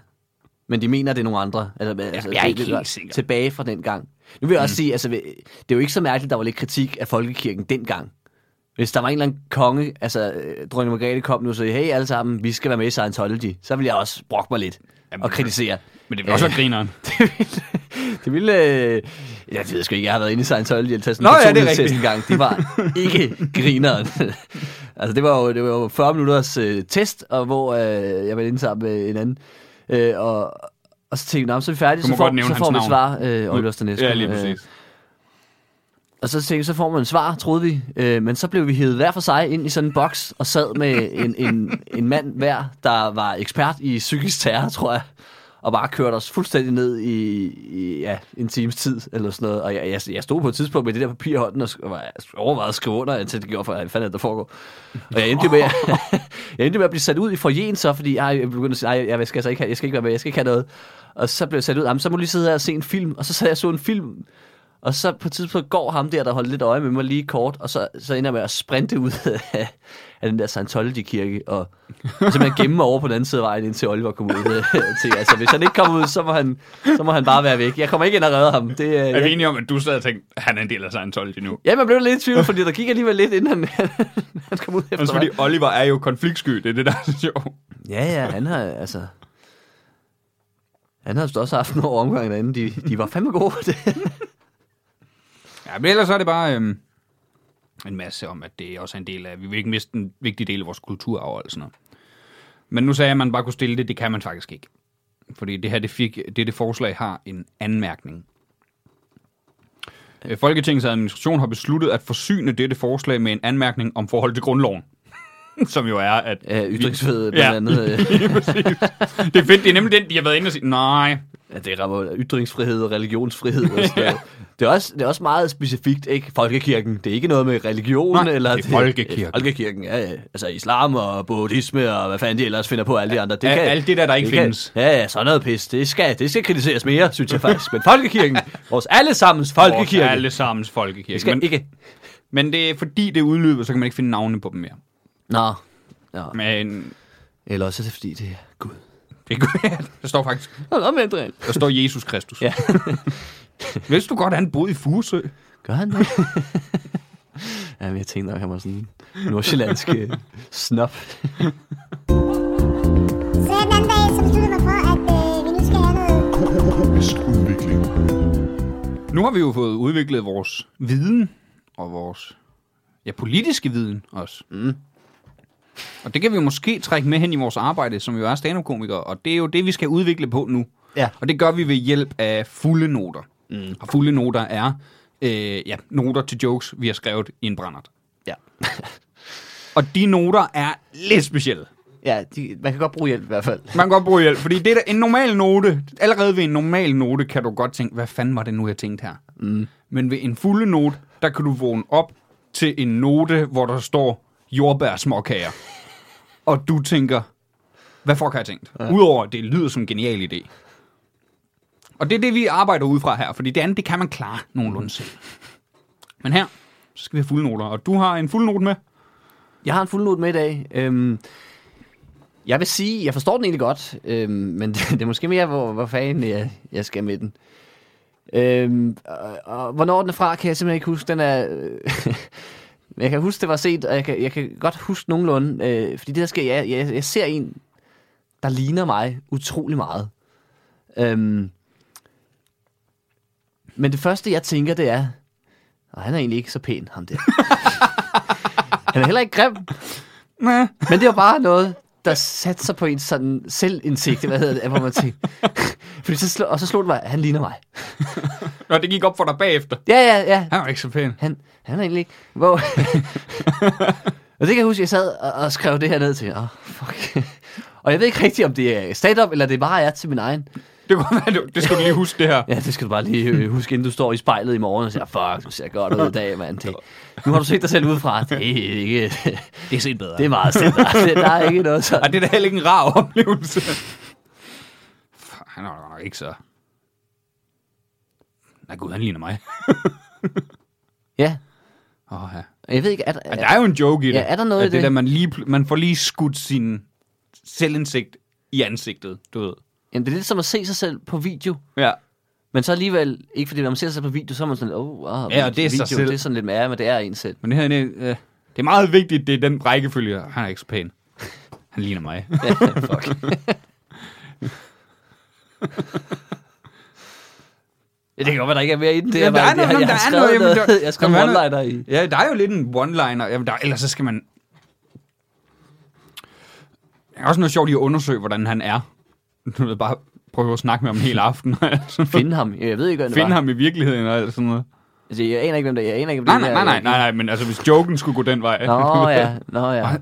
Men de mener, det er nogle andre. Altså, ja, altså, jeg er det- ikke det- helt sikker. Mm. Tilbage fra den gang. Nu vil jeg også sige, altså, det er jo ikke så mærkeligt, der var lidt kritik af folkekirken dengang. Hvis der var en eller anden konge, altså øh, dronning Margrethe kom nu og sagde, hey alle sammen, vi skal være med i Scientology, så ville jeg også brokke mig lidt Jamen, Jamen, og kritisere. Men det var også Øh, være grineren. Det ville... Øh, jeg ved sgu ikke, jeg har været inde i Scientology og taget sådan Nå, en ja, det er personlighedstest rigtigt. en gang. Det var ikke grineren. altså, det var jo, det var jo 40 minutters øh, test, og hvor øh, jeg var inde sammen med en anden. Øh, og, og så tænkte jeg, "Nå, så er vi færdige, Du må så får, godt nævne så får man hans et svar, øh, Oliver Stanesco. Ja, lige Øh, præcis. og så tænkte jeg, så får man et svar, troede vi. Øh, men så blev vi hævet hver for sig ind i sådan en boks, og sad med en, en, en mand hver, der var ekspert i psykisk terror, tror jeg. Og bare kørte os fuldstændig ned i, i ja, en times tid, eller sådan noget. Og jeg, jeg, jeg stod på et tidspunkt med det der papir i hånden, og sk- og var overvejet at skrive under, indtil det gjorde for, hvad fanden er det, der foregår. Og jeg endte jo med, jeg endte med at blive sat ud i forjen så, fordi ej, jeg begyndte at sige, ej, jeg skal altså ikke, have, jeg skal ikke være med, jeg skal ikke have noget. Og så blev jeg sat ud, jamen, så må du lige sidde her og se en film. Og så sad jeg og så en film, Og så på et tidspunkt går ham der, der holder lidt øje med mig lige kort, og så, så ender jeg med at sprinte ud af, af den der Scientology-kirke, og, og simpelthen gemme mig over på den anden side af vejen, indtil Oliver kommer ud. øh, til, altså, hvis han ikke kommer ud, så må, han, så må han bare være væk. Jeg kommer ikke ind og redder ham. Det, Er vi jeg, enige om, at du sad og tænkte, han er en del af Scientology nu? ja, man blev lidt i tvivl, fordi der gik alligevel lidt, inden han, han kom ud efter Også mig. fordi Oliver er jo konfliktsky, det er det, der er så sjovt. Ja, ja, han har altså... Han har vist også haft nogle omgange derinde. De, de var fandme gode. Det. Ja, men ellers er det bare øhm, en masse om, at det også er en del af, vi vil ikke miste en vigtig del af vores kulturarv og alt sådan noget. Men nu sagde jeg, at man bare kunne stille det, det kan man faktisk ikke. Fordi det her, det, fik, det, det forslag har en anmærkning. Øh, Folketingets administration har besluttet at forsyne dette forslag med en anmærkning om forhold til grundloven. Som jo er, at... Ja, Øh, ytringsfrihed blandt Ja. andet. øh, Lige præcis. det er fedt, det er nemlig den, de har været inde og sige, nej, Ja, det rammer jo ytringsfrihed og religionsfrihed. Og sådan noget. det, er også, det er også meget specifikt, ikke? Folkekirken. Det er ikke noget med religion. Nej, eller det er folkekirken. øh, Folkekirken, ja, ja. Altså islam og buddhisme og hvad fanden de ellers finder på, alle de andre. Det Al- alt det der, der ikke kan- findes. ja, ja, sådan noget pis. Det skal, det skal kritiseres mere, synes jeg faktisk. Men folkekirken, vores allesammens folkekirke. vores allesammens folkekirke. det skal men, ikke... men det er fordi, det er udløbet, så kan man ikke finde navnene på dem mere. Nå. Ja. Men Eller også er det fordi, det er Gud. det kunne, der står faktisk, Nå, nå, men Adrian. der står Jesus Kristus. Ja. Vidste du godt, at han boede i Furesø? Gør han det? ja, men jeg tænkte nok, han var sådan en nordsjællandsk øh, snop. Så den anden dag, så besluttede jeg mig for, at øh, vi nu skal have noget Økonomisk udvikling. Nu har vi jo fået udviklet vores viden og vores ja, politiske viden også. Mm. Og det kan vi jo måske trække med hen i vores arbejde, som jo er stand-up-komikere, og det er jo det, vi skal udvikle på nu. Ja. Og det gør vi ved hjælp af fulde noter. Mm. Og fulde noter er øh, ja, noter til jokes, vi har skrevet i en brændert. Ja. Og de noter er lidt specielle. ja, de, man kan godt bruge hjælp i hvert fald. Man kan godt bruge hjælp, fordi det er da en normal note. Allerede ved en normal note kan du godt tænke, hvad fanden var det nu, jeg tænkte her? Mm. Men ved en fulde note, der kan du vågne op til en note, hvor der står jordbærsmåkager. Og du tænker, hvad fuck har jeg tænkt? Ja. Udover, at det lyder som en genial idé. Og det er det, vi arbejder ud fra her, fordi det andet, det kan man klare nogenlunde selv. Men her, så skal vi have fulde noter, og du har en fuld note med. Jeg har en fuld note med i dag. Øhm, jeg vil sige, jeg forstår den egentlig godt, øhm, men det, det er måske mere, hvor, hvor fanden jeg, jeg skal med den. Øhm, og, og, hvornår den er fra, kan jeg simpelthen ikke huske. Den er... Øh, men jeg kan huske, det var set, og jeg kan, jeg kan godt huske nogenlunde, øh, fordi det der sker, jeg, jeg, jeg ser en, der ligner mig utrolig meget. Øhm, men det første, jeg tænker, det er, og han er egentlig ikke så pæn, ham der. han er heller ikke grim, Næh. men det var bare noget, der satte sig på en sådan selvindsigt, hvad hedder det, hvor man tænkte. Fordi så slog, og så slog det mig, han ligner mig. Nå, det gik op for dig bagefter. Ja, ja, ja. Han var ikke så pæn. Han, han er egentlig ikke... Hvor... og det kan jeg huske, jeg sad og, og skrev det her ned til. Åh, oh, fuck. og jeg ved ikke rigtigt, om det er stand-up, eller det bare er til min egen. Det, kunne være, du- det skal du lige huske, det her. Ja, det skal du bare lige øh, huske, inden du står i spejlet i morgen og siger, fuck, du ser godt ud i dag, mand. Det, nu har du set dig selv udefra. Det er ikke... Det er set bedre. Det er meget standard. Det- Der er ikke noget sådan. Og det er da heller ikke en rar oplevelse. Fuck, Han er godt nok ikke så... Nej, gud, han ligner mig. Ja, Åh, oh, ja. og jeg ved ikke, at... ja. Der er jo en joke i det. Ja, er der noget at i det? der, man, lige, pl- man får lige skudt sin selvindsigt i ansigtet, du ved. Jamen, det er lidt som at se sig selv på video. Ja. Men så alligevel, ikke fordi når man ser sig selv på video, så er man sådan, åh, oh, ah, Ja, og det er sig video, selv. det er sådan lidt mere, men det er en selv. Men det her, det, øh, det er meget vigtigt, det er den rækkefølge. Han er ikke så pæn. Han ligner mig. Ja, fuck. ja, det kan godt være, der ikke er mere i den. Det Jamen, er der er bare, noget, jeg, jamen, jeg, jeg, har der er noget, skrevet jamen, noget, der- jeg skrev jamen, der er one-liner i. Ja, der er jo lidt en one-liner. Jamen, der, ellers så skal man... Det er også noget sjovt i at undersøge, hvordan han er. Du ved, bare prøve at snakke med ham hele aften. Altså, Finde ham. Ja, Jeg ved ikke, hvem det Finde var. ham i virkeligheden og alt sådan noget. Altså, jeg aner ikke, hvem det er. Jeg aner ikke, hvem Nej, det nej, er. nej, nej, nej, nej, men altså, hvis joken skulle gå den vej. Nå ja, nå ja. Ej,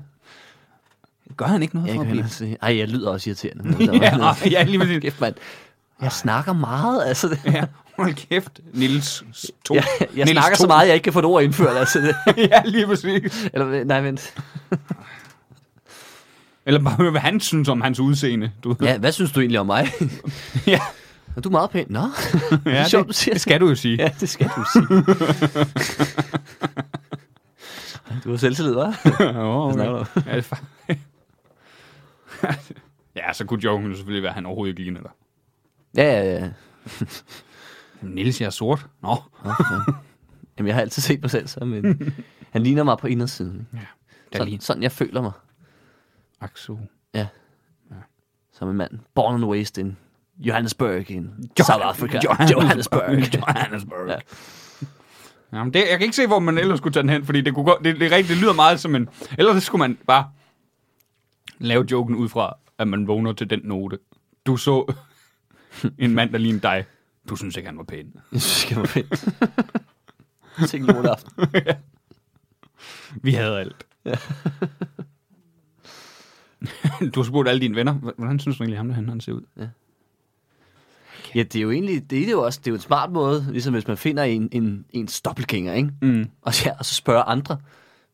Gør han ikke noget Jeg for at kan blive... heller se. Ej, jeg lyder også irriterende. Ja, ja, lige præcis. Kæft, mand. Jeg snakker meget, altså. Det. Ja, hold kæft. Nils 2. Jeg, jeg snakker så meget, jeg ikke kan få et ord indført, altså. Det. ja, lige præcis. Eller, nej, vent. Eller bare høre, hvad han synes om hans udseende. Du ved. Ja, hvad synes du egentlig om mig? Ja. Og du er meget pæn. Nå, ja, sjovt, du det, siger det skal du jo sige. ja, det skal du sige. du har selvtillid, hva'? oh, Hvad snakker du om? ja, det er fa- ja, så kunne joken jo selvfølgelig være, at han overhovedet ikke ligner dig. Ja, ja, ja. Nils, jeg er sort. Nå, Jamen, jeg har altid set mig selv som en... Han ligner mig på indersiden. ikke? der Sådan, lige sådan jeg føler mig Axo. som en mand. Born and raised in Johannesburg in South Africa. Johannesburg. Johannesburg. Ja. Ja. Jamen, det, jeg kan ikke se, hvor man ellers skulle tage den hen, fordi det, kunne godt, det, det, er rigtigt, det lyder meget som en... Ellers skulle man bare lave joken ud fra, at man vågner til den note. Du så en mand, der lignede dig. Du synes ikke, han var pæn. Jeg synes, det var fedt. Tænk lortaften. Vi havde alt. du har spurgt alle dine venner, "H- hvordan synes du egentlig, ham der han, han ser ud? Ja, det er jo egentlig, det er jo også, det er jo en smart måde, ligesom hvis man finder en, en, en dobbeltgænger, ikke? Mm. Og, ja, og så spørger andre,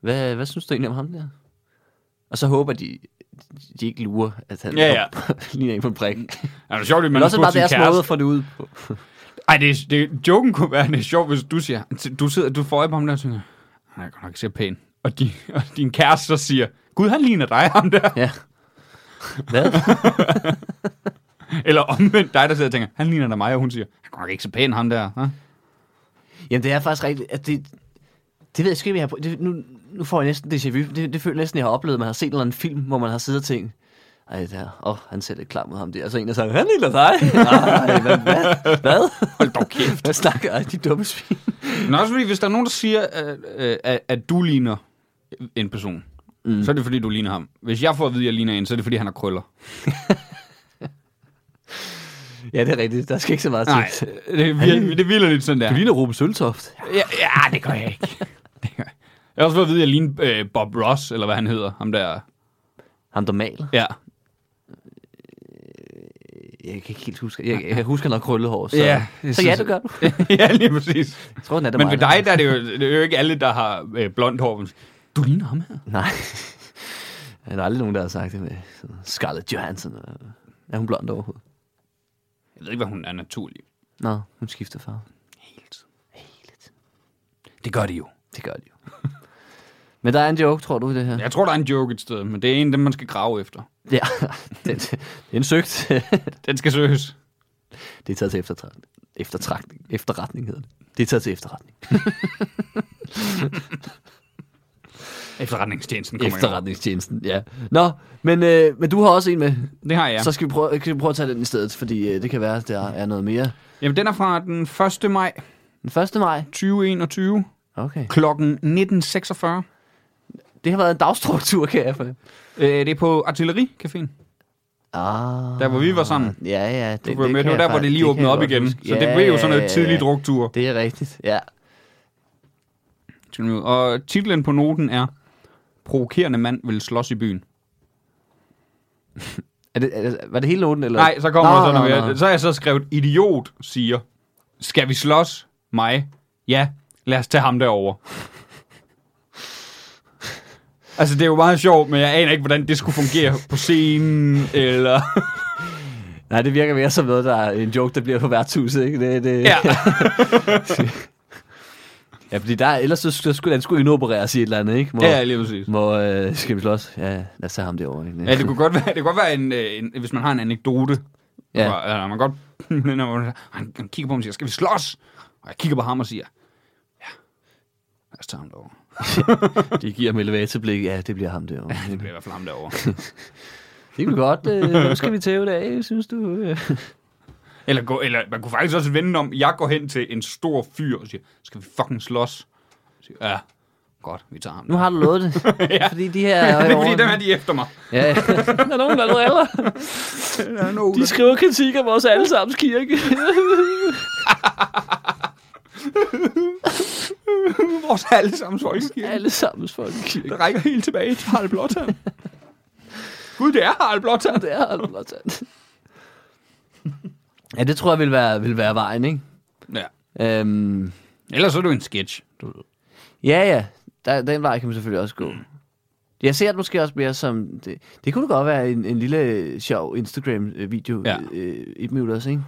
hvad, hvad synes du egentlig om ham der? Og så håber de, de ikke lurer, at han Ja, ja. ligner en på en prik. Men, Er det sjovt, at man også har bare spurgt sin deres måde at kæreste? få det ud på. Ej, det, er- det, joken kunne være, det er sjovt, hvis du siger, du, sidder, du får øje på ham der og tænker, han er godt nok ser pæn. Og, de, og din kæreste så siger, Gud, han ligner dig, ham der. Ja. Hvad? Eller omvendt dig, der sidder og tænker, han ligner da mig, og hun siger, han er godt nok ikke så pæn, ham der. Ha? Jamen, det er faktisk rigtigt, at det... Det ved jeg sgu ikke, om jeg har... Det, nu, nu får jeg næsten déjà vu. Det, det føler jeg næsten, jeg har oplevet, man har set en eller anden film, hvor man har siddet og tænkt, ej, der, åh, han ser lidt klam ud ham der. Og så en, der sagde, han ligner dig. Ej, hvad? Hvad? hvad? Hold dog kæft. Hvad snakker jeg, de dumme svin? Men også fordi, hvis der er nogen, der siger, at, øh, at, at du ligner en person, mm. så er det fordi, du ligner ham. Hvis jeg får at vide, at jeg ligner en, så er det fordi, han har krøller. Ja, det er rigtigt. Der skal ikke så meget til. Nej, det er, virkelig, det er vildt lidt sådan der. ligner Ruben Søltoft. Ja, ja, det gør jeg ikke. Det gør jeg. jeg har også fået at vide, at jeg ligner øh, Bob Ross, eller hvad han hedder, ham der. Ham, der maler. Ja, Jeg kan ikke helt huske. Jeg, jeg husker noget krøllet hår. Så, Ja, jeg så ja, synes- det gør du. ja lige præcis. Jeg tror, den er der Men ved meget. dig, der er det, jo, det er jo ikke alle, der har øh, blondt hår. men Du ligner ham her. Nej. Der er aldrig nogen, der har sagt det med sådan Scarlett Johansson. Er hun blond overhovedet? Jeg ved ikke, hvad hun er naturlig. Nå, hun skifter farve. Hele tiden. Hele tiden. Det gør de jo. Det gør de jo. Men der er en joke, tror du, i det her? Jeg tror, der er en joke et sted, men det er en af dem, man skal grave efter. ja. Den, det er en søgt. Den skal søges. det er taget til eftertrækning. Eftertrækning. Efterretning hedder det. Det er taget til efterretning. Efterretningstjenesten kommer ind. Efterretningstjenesten, ja. Nå, men, øh, men du har også en med. Det har jeg. Ja. Så skal vi, prøve, kan vi prøve at tage den i stedet, fordi øh, det kan være, at der er noget mere. Jamen, den er fra den 1. maj Den 1. maj. 2021 Okay. klokken 1946. Det har været en dagstruktur, kan jeg fornemme. Øh, det er på Artillericaféen. Ah, Der, hvor vi var sammen. Ja, ja. Det, Du var det med, kan det var jeg der, hvor fakt- det lige kan åbnede jeg op godt igen. huske. Så Ja, det blev jo sådan ja, noget tidlig ja. druktur. Det er rigtigt, ja. Og titlen på noten er Provokerende mand vil slås i byen. Er det, er det, var det hele noten? Eller? Nej, så kommer Nå, der sådan nå, noget. nå. mere. Så har jeg så skrevet, idiot siger, skal vi slås? Mig. Ja, lad os tage ham derover. altså, det er jo meget sjovt, men jeg aner ikke, hvordan det skulle fungere på scenen, eller... Nej, det virker mere som noget, der er en joke, der bliver på værtshuset, ikke? Det, det... ja. ja, fordi der, ellers så, så skulle han skulle indopereres i et eller andet, ikke? Hvor, ja, lige præcis. hvor øh, skal vi slås? Ja, lad os tage ham derovre. Ikke? Ja, det kunne godt være, det kunne godt være en, øh, en, hvis man har en anekdote. Ja. Ja. Hvor, eller man godt, han, han kigger på mig og siger, skal vi slås? Og jeg kigger på ham og siger, ja, lad os tage ham derovre. De giver ham elevatorblik. Ja, det bliver ham derovre. Det bliver i hvert fald ham derovre. det kunne godt. Øh, nu skal vi tæve det af, synes du? Øh. Eller, gå, eller man kunne faktisk også vende om, jeg går hen til en stor fyr og siger, skal vi fucking slås? Jeg Siger, ja, godt, vi tager ham. Nu har du lovet det. ja. Fordi de her... det er fordi, over- dem er de efter mig. Ja, ja. der er nogen, der er noget ældre. De skriver kritik af vores allesammens kirke. Vores allesammens folkeskirke. allesammens folkekirke. Det rækker helt tilbage til Harald Blåtand. Gud, det er Harald Blåtand. Det er Harald Blåtand. ja, det tror jeg vil være, vil være vejen, ikke? Ja. Øhm, Ellers så er du en sketch. ja, ja. Der, den vej kan man selvfølgelig også gå. Jeg ser det måske også mere som... Det, det kunne da godt være en, en lille øh, sjov Instagram-video. Ja. Øh, et minutters, ikke?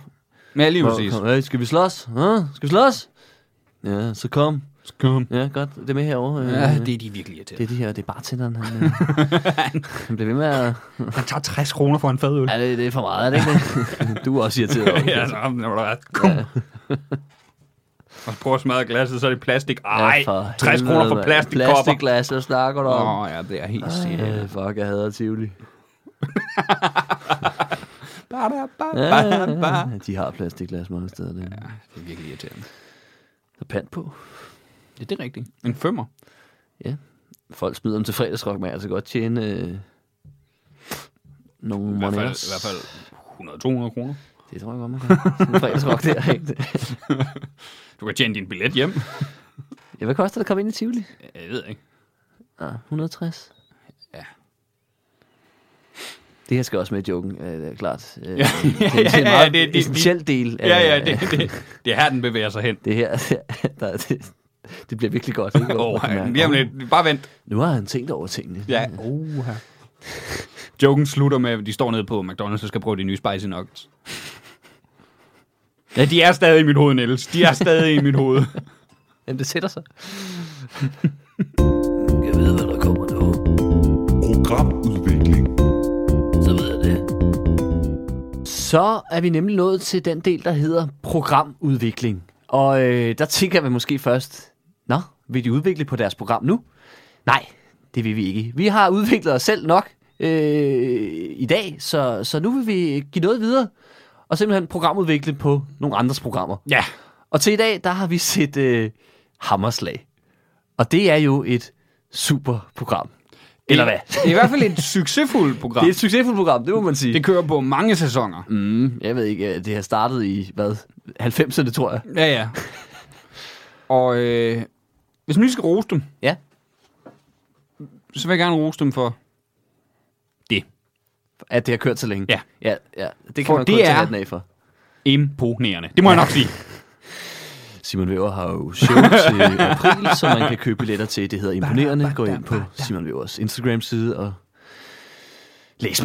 Ja, lige Hvor- præcis. kom, hey, skal vi slås? Huh? Skal vi slås? Ja, så kom. Kom. Ja, godt. Det er med herovre. Øh, Ja, det er de virkelig det irriterende. er det her, det er bartenderen. Han, øh, han bliver ved med at... Han tager 60 kroner for en fadøl. Ja, det, det er for meget, er det ikke det? Du er også irriteret over det. ja, så ham, der var der. Kom. Og prøver at smadre glasset, så er det plastik. Ej, Ja, for 60 helvede, kroner for mand. plastikkopper. Plastik. Plastikglas, hvad snakker du om? Åh, oh, ja, det er helt sikkert. Øh, fuck, jeg hader Tivoli. Ba, da, ba, Ja, ba, ja, ba. ja. De har plastikglas mange steder. Det er Det er virkelig irriterende. der pant på. Ja, det er rigtigt. En femmer. Folk smider dem til fredagsrock, man. Altså godt tjene øh, nogle I hvert fald, moneros. i hvert fald 100-200 kroner. Det tror jeg godt, man kan. Sådan en fredagsrock der. ikke? Du kan tjene din billet hjem. Ja, hvad koster det at komme ind i Tivoli? Jeg ved ikke. Ah, 160. Ja. Det her skal også med i joken, øh, det er klart. Øh, ja, det er ja, en meget det- det- essentiel del af Ja, ja, det, det, det er her, den bevæger sig hen. det her. Der, er- det, det bliver virkelig godt. ikke? Åh, Man mærker, oh, jamen, lidt. bare vent. Nu har han tænkt over tingene. Ja. Uh, Joken slutter med, at de står nede på McDonald's og skal prøve de nye spicy nuggets. Ja, de er stadig i mit hoved, Niels. De er stadig i mit hoved. Jamen, det sætter sig. jeg ved, hvad der kommer nu. Programudvikling. Så ved jeg det. Så er vi nemlig nået til den del, der hedder programudvikling. Og øh, der tænker man måske først, Nå, vil de udvikle på deres program nu? Nej, det vil vi ikke. Vi har udviklet os selv nok øh, i dag, så, så nu vil vi give noget videre. Og simpelthen programudvikle på nogle andres programmer. Ja. Og til i dag, der har vi set øh, Hammerslag. Og det er jo et super program. Eller hvad? Det er i hvert fald et succesfuldt program. Det er et Det, succesfuldt program, det må man sige. det kører på mange sæsoner. Mm, jeg ved ikke, øh, det har startet i, hvad, 90'erne, tror jeg. Ja, ja. Og øh, hvis nu skal rose dem, Ja. så vil jeg gerne rose dem for det. At det har kørt så længe. Ja. Ja, ja. Det kan For for man kun det tage er- hatten af for. Imponerende. Det må jeg nok sige. Simon Væver har jo show til april, som man kan købe billetter til. Det hedder Imponerende. Gå ind på Simon Vævers Instagram-side og læs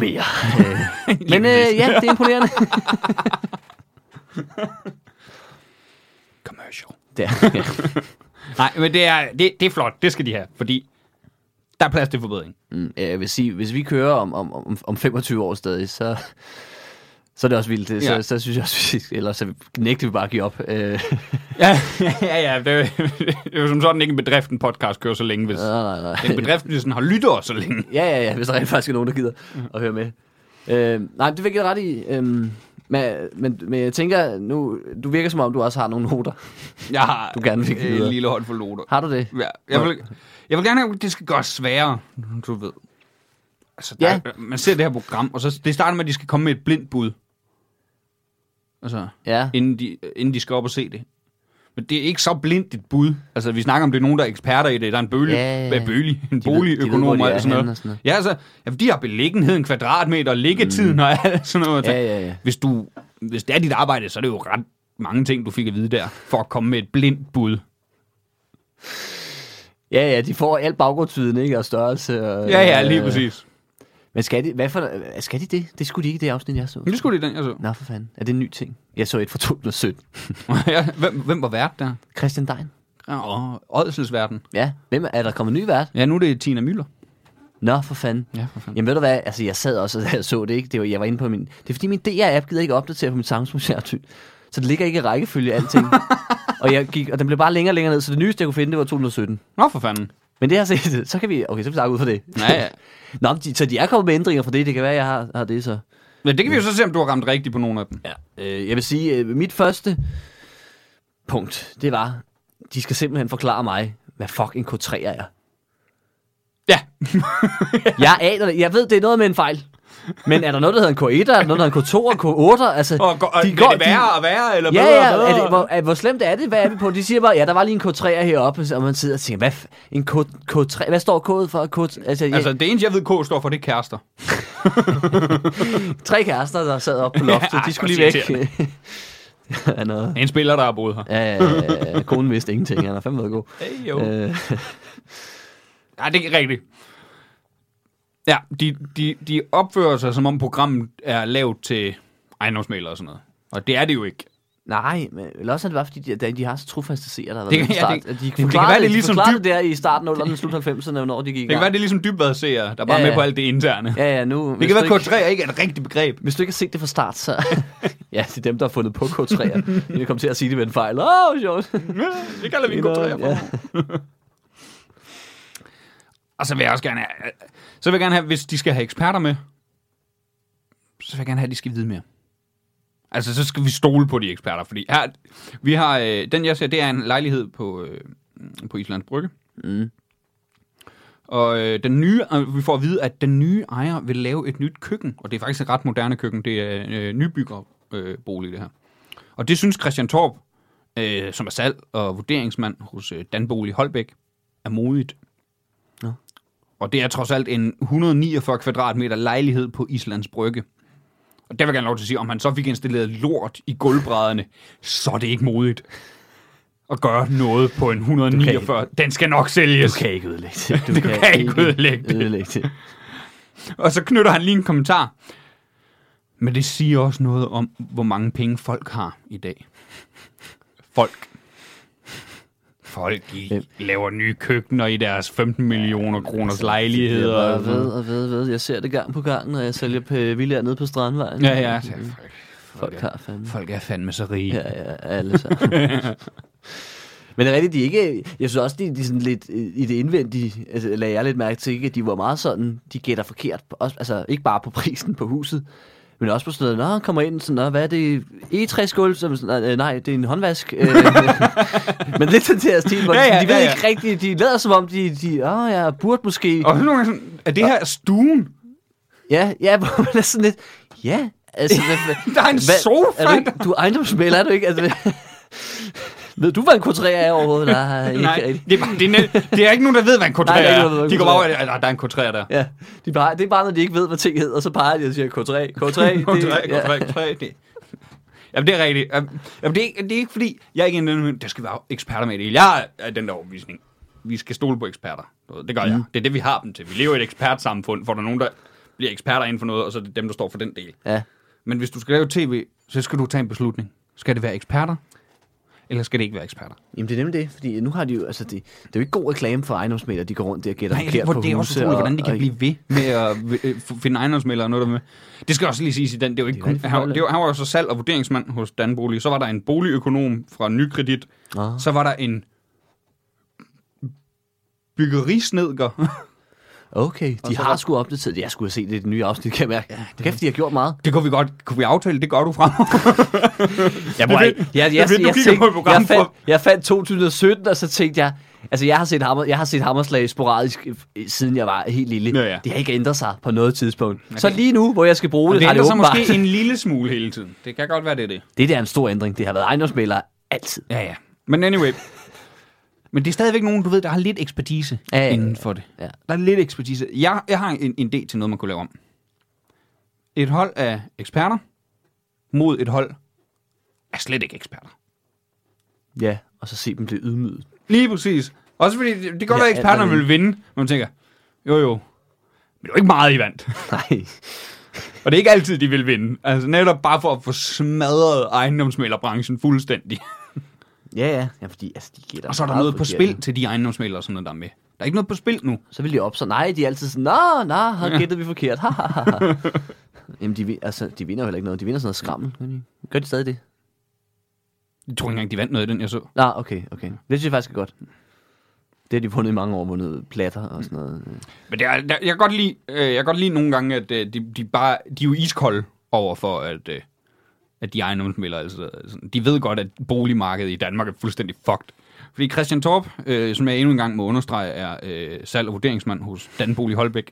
mere. Øh, Men øh, ja, det er imponerende. Commercial. Der. Ja. Nej, men det er, det, det er flot. Det skal de have, fordi der er plads til forbedring. Mm, ja, Jeg vil sige, hvis vi kører om, om, om, om 25 år stadig, så, så er det også vildt. Det- Så, Ja. ja. så synes jeg også, vi skal- ellers så nægter vi bare at give op. Øh, Ja, ja, ja. Det, er jo- det er jo som sådan ikke en bedrift, en podcast kører så længe, hvis nej, nej, nej. en bedrift hvis den har lyttere så længe. Ja, ja, ja, hvis der rent faktisk er nogen, der gider Mhm. at høre med. Øh, nej, det vil jeg ret i. Øh, men, men, men jeg tænker, nu, du virker som om, du også har nogle noter. Jeg har Du gerne vil øh, videre. en lille hånd for loter. Har du det? Ja, jeg, vil, jeg vil gerne have, at det skal gøres sværere, du ved. Altså, der, Ja. ja. Man ser det her program, og så det starter med, at de skal komme med et blindt bud. Altså, Ja. inden de, inden de skal op og se det. Men det er ikke så blindt et bud. Altså, vi snakker om, det er nogen, der er eksperter i det. Der er en bølig, Ja, ja, ja. ja, bølig en de ved, hvor boligøkonom de og er alt sådan henne og noget. sådan noget. Ja, altså, ja, for de har beliggenheden, kvadratmeter, liggetiden mm. og alt sådan noget. Ja, ja, ja. Hvis, du, hvis det er dit arbejde, så er det jo ret mange ting, du fik at vide der, for at komme med et blindt bud. Ja, ja, de får alt baggrundsviden, ikke? Og størrelse. Og, Ja, ja, lige øh, præcis. Men skal de, hvad for, skal de det? Det skulle de ikke i det afsnit, jeg så. Men det skulle de den, jeg så. Nå, for fanden. Er det en ny ting? Jeg så et fra 2017. ja, hvem, hvem var vært der? Christian Dein. Åh, Ådselsverden. Ja, hvem er, er der kommet en ny vært? Ja, nu er det Tina Müller. Nå, for fanden. Ja, for fanden. Jamen ved du hvad, altså jeg sad også, og jeg så det ikke, det var, jeg var inde på min, det er fordi min DR-app gider ikke opdatere på min samfundsfjernsyn, så det ligger ikke i rækkefølge alting. og, jeg gik, og den blev bare længere og længere ned, så det nyeste jeg kunne finde, det var 2017. Nå, for fanden. Men det har jeg set, så kan vi, okay, så kan vi snakke ud fra det. Ja, ja. Nå, men de, så de er kommet med ændringer fra det, det kan være, jeg har, har det så. Men det kan vi jo så se, om du har ramt rigtigt på nogle af dem. Ja. Øh, jeg vil sige, øh, mit første punkt, det var, de skal simpelthen forklare mig, hvad fucking K3 er. Ja, Jeg aner det. Jeg ved, det er noget med en fejl. Men er der noget, der hedder en K1, er der noget, der hedder en K2 og K8? Altså, og, går, og de går, det værre og værre, eller Ja, bedre ja, og bedre? er det, hvor, er, hvor slemt er det? Hvad er vi på? De siger bare, ja, der var lige en K3'er heroppe, og man sidder og tænker, hvad, f- en K, K3, hvad står K'et for? K, altså, ja, Altså, altså, det eneste, jeg ved, K står for, det er kærester. tre kærester, der sad oppe på loftet, Ja, ja, ej, de skulle hvor lige væk. Det er noget. En spiller, der har boet her. Ja, ja, ja, ja, konen vidste ingenting, han er fandme været god. Hey, jo. Øh. Øh, Ja, det er rigtigt. Ja, de, de, de opfører sig, som om programmet er lavet til ejendomsmælere og sådan noget. Og det er det jo ikke. Nej, men eller også er det bare, fordi de, de har så trofaste seere, der har Det kan- været med ja, fra det- start. at de det kan kunne være, klare det det, er ligesom ligesom de forklarede dyb- det der i starten af 00'erne, slut 90'erne, når de gik i Det kan være, gang. det er ligesom dybvad seere, der bare Ja, er med ja. på alt det interne. Ja, Ja, ja, nu... det hvis kan du være, ikke- at K3 ikke er et rigtigt begreb. Hvis du ikke har set det fra start, så... ja, det er dem, der har fundet på K3'er. De vil komme til at sige det ved en fejl. Åh, oh, sjovt. det kalder vi en K3 for. Og så vil jeg også gerne have, så vil jeg gerne have, hvis de skal have eksperter med, så vil jeg gerne have, at de skal vide mere. Altså, så skal vi stole på de eksperter, fordi her, vi har, øh, den jeg ser, det er en lejlighed på, øh, på Islands Brygge. Mm. Og øh, den nye, øh, vi får at vide, at den nye ejer vil lave et nyt køkken, og det er faktisk et ret moderne køkken, det er øh, nybyggerbolig, øh, bolig, det her. Og det synes Christian Torp, øh, som er salg og vurderingsmand hos øh, Danbolig Holbæk, er modigt. Nå. Og det er trods alt en 149 kvadratmeter lejlighed på Islands Brygge. Og der vil jeg gerne lov til at sige, om han så fik installeret lort i gulvbrædderne, så er det ikke modigt at gøre noget på en 149. Den skal nok sælges. Du kan ikke ødelægge det. Du kan ikke ødelægge det. ødelægge det. Og så knytter han lige en kommentar. Men det siger også noget om, hvor mange penge folk har i dag. Folk. Folk i, Hvem? laver nye køkkener i deres 15 millioner altså, kroners lejligheder. Jeg ved og ved og ved. Jeg ser det gang på gang, når jeg sælger p- villaer nede på Strandvejen. Ja, ja. så Folk, folk, Folk er, har fandme. folk er fandme så rige. Ja, ja, alle sammen. Men det er rigtigt, de er ikke... Jeg synes også, de, de er sådan lidt... øh, I det indvendige altså, lagde jeg lidt mærke til, ikke? at de var meget sådan... De gætter forkert. på- Også, altså, ikke bare på prisen på huset, men også på sådan noget, nå, kommer ind, sådan, nå, hvad er det, egetræsgulv, som sådan, "Øh, nej, det er en håndvask. Øh, men lidt sådan til stil, hvor ja, ja, de ved ja, ja. ikke rigtigt, de lader som om, de, de åh, oh, jeg burde måske. Og så er nogen sådan, er det her stuen? Ja, ja, hvor man er sådan lidt, ja, altså... Hvad, hvad- Der er en sofa Er du, ikke, du er ejendomsmælder, er du ikke? Altså, hvad- ved du, hvad en K3 er overhovedet? Nej, ikke Nej, rigtigt. det, er bare- det, er, net- det er ikke nogen, der ved, hvad en K3 Nej, der er ikke nogen, der er. ved, hvad en De går K3 bare er. over, at der- der er en K3 der. Ja, de bare, det er bare, når de ikke ved, hvad ting hedder, så peger de og siger K3, K3. K3, det, ja. K3, K3, det. Jamen, det er rigtigt. Jamen, jamen, det, er, det er ikke fordi, jeg er ikke en af dem, der skal være eksperter med i det. Jeg er den der overbevisning. Vi skal stole på eksperter. Du ved, Det gør Mm. jeg. Det er det, vi har dem til. Vi lever i et ekspertsamfund, hvor der er nogen, der bliver eksperter inden for noget, og så er det dem, der står for den del. ja. Men hvis du skal lave tv, så skal du tage en beslutning. Skal det være eksperter, eller skal det ikke være eksperter? Jamen, det er nemlig det, fordi nu har de jo, altså, det, det er jo ikke god reklame for ejendomsmælder, de går rundt der og gætter Nej, jeg forkert hvor på det er også huse utroligt, hvordan de kan og- blive ved med at øh, f- finde ejendomsmælder og noget der med. Det skal også lige siges i den, det var ikke Det er kun, rigtig han, var- farligt. det var, han var jo så salg- og vurderingsmand hos Danbolig. Så var der en boligøkonom fra Nykredit. Ah. Så var der en byggerisnedker. Okay, de så har der- sgu opdateret det. Jeg skulle have set det i det nye afsnit, kan jeg mærke. Ja, det Kæft, de har gjort meget. Det kunne vi godt kunne vi aftale, det gør du frem. Jeg må Det er ikke. fedt. Jeg, jeg, Det er jeg, fedt, du jeg, kigger jeg, på et tænkte, program jeg, fandt, for- jeg fandt 2017, og så tænkte jeg... Altså, jeg har set, hammer, jeg har set hammerslag sporadisk, øh, siden jeg var helt lille. Ja, ja. Det har ikke ændret sig på noget tidspunkt. Okay. Så lige nu, hvor jeg skal bruge det, det har det ændrer sig åbenbart... måske Måske... en lille smule hele tiden. Det kan godt være, det er det. Det der er en stor ændring. Det har været ejendomsmælder altid. Ja, ja. Men anyway. Men det er stadigvæk nogen, du ved, der har lidt ekspertise Ja, ja, ja. inden for det. Ja. Der er lidt ekspertise. Jeg, jeg har en, en idé til noget, man kunne lave om. Et hold af eksperter mod et hold af slet ikke eksperter. Ja, og så se dem blive ydmyget. Lige præcis. Også fordi det, det kan godt Ja, være, at alt eksperterne er vil vinde, men man tænker, jo jo, men det var ikke meget, I vandt. Nej. Og det er ikke altid, de vil vinde. Altså netop bare for at få smadret ejendomsmælerbranchen fuldstændig. Ja, ja. ja fordi, altså, de gætter Og så er der meget noget på forkert, ikke? spil til de ejendomsmælere, og sådan noget, der er med. Der er ikke noget på spil nu. Så vil de op, så nej, de er altid sådan, nå, nå, her gættede vi forkert. Ha, ha, ha, ha. Jamen, de, vin- altså, de vinder jo heller ikke noget. De vinder sådan noget skrammel. gør de? Gør de stadig det? Jeg tror ikke engang, de vandt noget af den, jeg så. Nå, okay, okay. Det synes jeg faktisk er godt. Det har de vundet i mange år, vundet platter og sådan noget. Men det er, der, jeg, kan godt lide, øh, jeg kan godt lide nogle gange, at øh, de, de, bare, de er jo iskolde over for, at, øh, at de ejendomsmældere, altså, sådan- de ved godt, at boligmarkedet i Danmark er fuldstændig fucked. Fordi Christian Torp, øh, som jeg endnu en gang må understrege, er øh, salg- og vurderingsmand hos Danbolig Holbæk.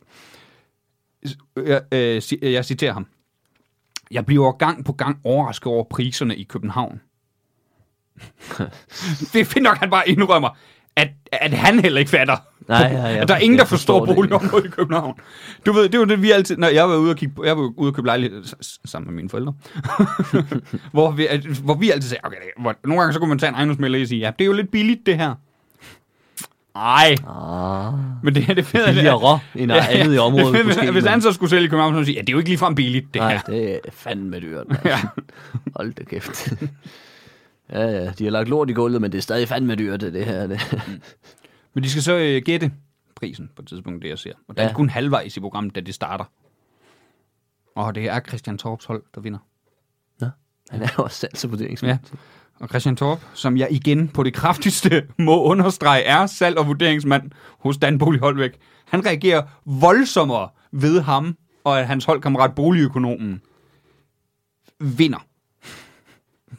S- Jeg, øh, ci- jeg citerer ham. Jeg bliver gang på gang overrasket over priserne i København. det er fint nok, han bare indrømmer, at, at han heller ikke fatter. Nej, ja, ja. der er ingen, der Jeg forstår forstår, det ikke. boligområdet i København. Du ved, det er jo det, vi altid... Når jeg var ude og, kigge på, jeg var ude og købe lejlighed s- s- sammen med mine forældre, hvor, vi, at- hvor vi altid sagde, okay, det- hvor, nogle gange så kunne man tage en ejendomsmælder og sige, ja, det er jo lidt billigt, det her. Nej, Ah, men det her, det fede er det. billigere end ja, andet i området. Hvis, måske, hvis men- han så skulle sælge i København, så ville han sige, ja, det er jo ikke ligefrem billigt, det her. Nej, det er fandme dyrt. mand. Ja. Hold da kæft. Ja, ja, de har lagt lort i gulvet, men det er stadig fandme dyrt, det her. Det. Men de skal så øh, gætte prisen på et tidspunkt, det jeg ser. Og der ja. Ja. er kun halvvejs i programmet, da det starter. Og det er Christian Torps hold, der vinder. Han er jo også salgsvurderingsmand. Ja. Og Christian Torp, som jeg igen på det kraftigste må understrege, er salg- og vurderingsmand hos Dan Bolig Holbæk. Han reagerer voldsommere ved ham, og at hans holdkammerat Boligøkonomen vinder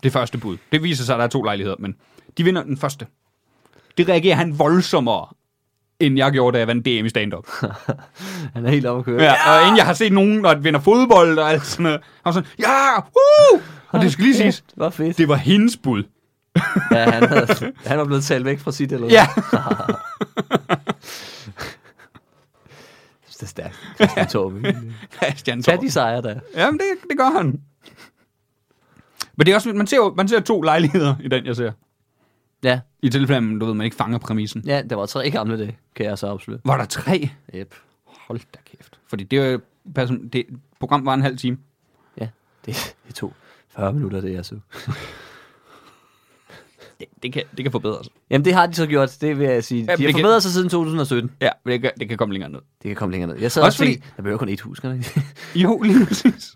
det første bud. Det viser sig, at der er to lejligheder, men de vinder den første. Det reagerer han voldsommere, end jeg gjorde, da jeg vandt DM i stand-up. Han er helt oppe at køre. Ja, og inden jeg har set nogen, der vinder fodbold og alt sådan noget, han var sådan, ja, woo! Og det skal lige siges, Det var fedt. det var hendes bud. Ja, han, havde, han var blevet talt væk fra sit eller Ja. Det er stærkt. Christian Torben. Christian Tag Torp. de sejre der. Jamen, det, det gør han. Men det er også, man ser, jo- man ser to lejligheder i den, jeg ser. Ja, I tilfælde, men du ved, man ikke fanger præmissen. ja, der var tre gamle dage, kan jeg så afsløre. Var der tre? Yep. Hold da kæft. Fordi det, var, person- det program var en halv time. Ja, det, det tog 40 minutter, det jeg så. Det, det, kan, det kan forbedres. Jamen, det har de så gjort, det vil jeg sige. Jamen, De har det kan- forbedret sig siden 2017. Ja, men det kan, det kan komme længere ned. Det kan komme længere ned. Jeg sad Også også, fordi... fordi- der behøver kun et hus, kan der ikke? Jo, lige præcis.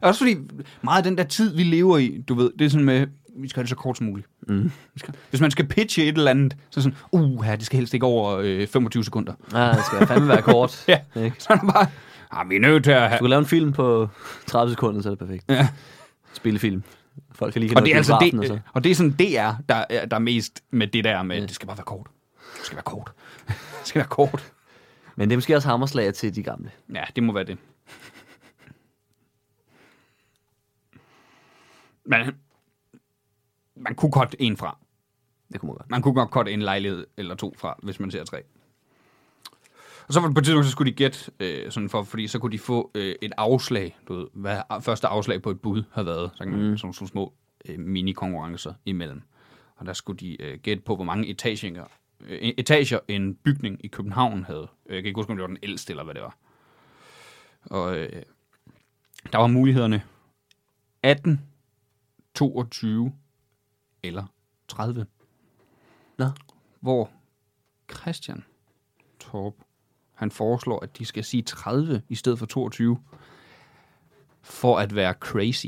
Også fordi meget af den der tid, vi lever i, du ved, det er sådan med, vi skal have det så kort som muligt. Mm. Vi skal- Hvis man skal pitche et eller andet, så er sådan, uh, det skal helst ikke over øh, 25 sekunder. Nej, det skal fandme være kort. Ja. Ikke? Så er der bare, ah, vi er nødt til at Du have... kan lave en film på 30 sekunder, så er det perfekt. Ja. Spillefilm. Folk kan lige Og det, er altså Og så. det, og det er sådan DR, der, er- der er mest med det der med, Ja. det skal bare være kort. Det skal være kort. Det skal være kort. Men det er måske også hammerslag til de gamle. Ja, det må være det. Man, man kunne godt en fra. Det kunne man godt. Man kunne godt godt en lejlighed eller to fra, hvis man ser tre. Og så var det på et tidspunkt, så skulle de gætte, øh, sådan for, fordi så kunne de få øh, et afslag, du ved, hvad a- første afslag på et bud har været, så kan man, mm. sådan nogle små øh, mini-konkurrencer imellem. Og der skulle de øh, gætte på, hvor mange etager, øh, etager en bygning i København havde. Jeg kan ikke huske, om det var den ældste, eller hvad det var. Og øh, der var mulighederne 18, 22 eller 30 hvor Christian Torp, han foreslår, at de skal sige 30 i stedet for 22, for at være crazy.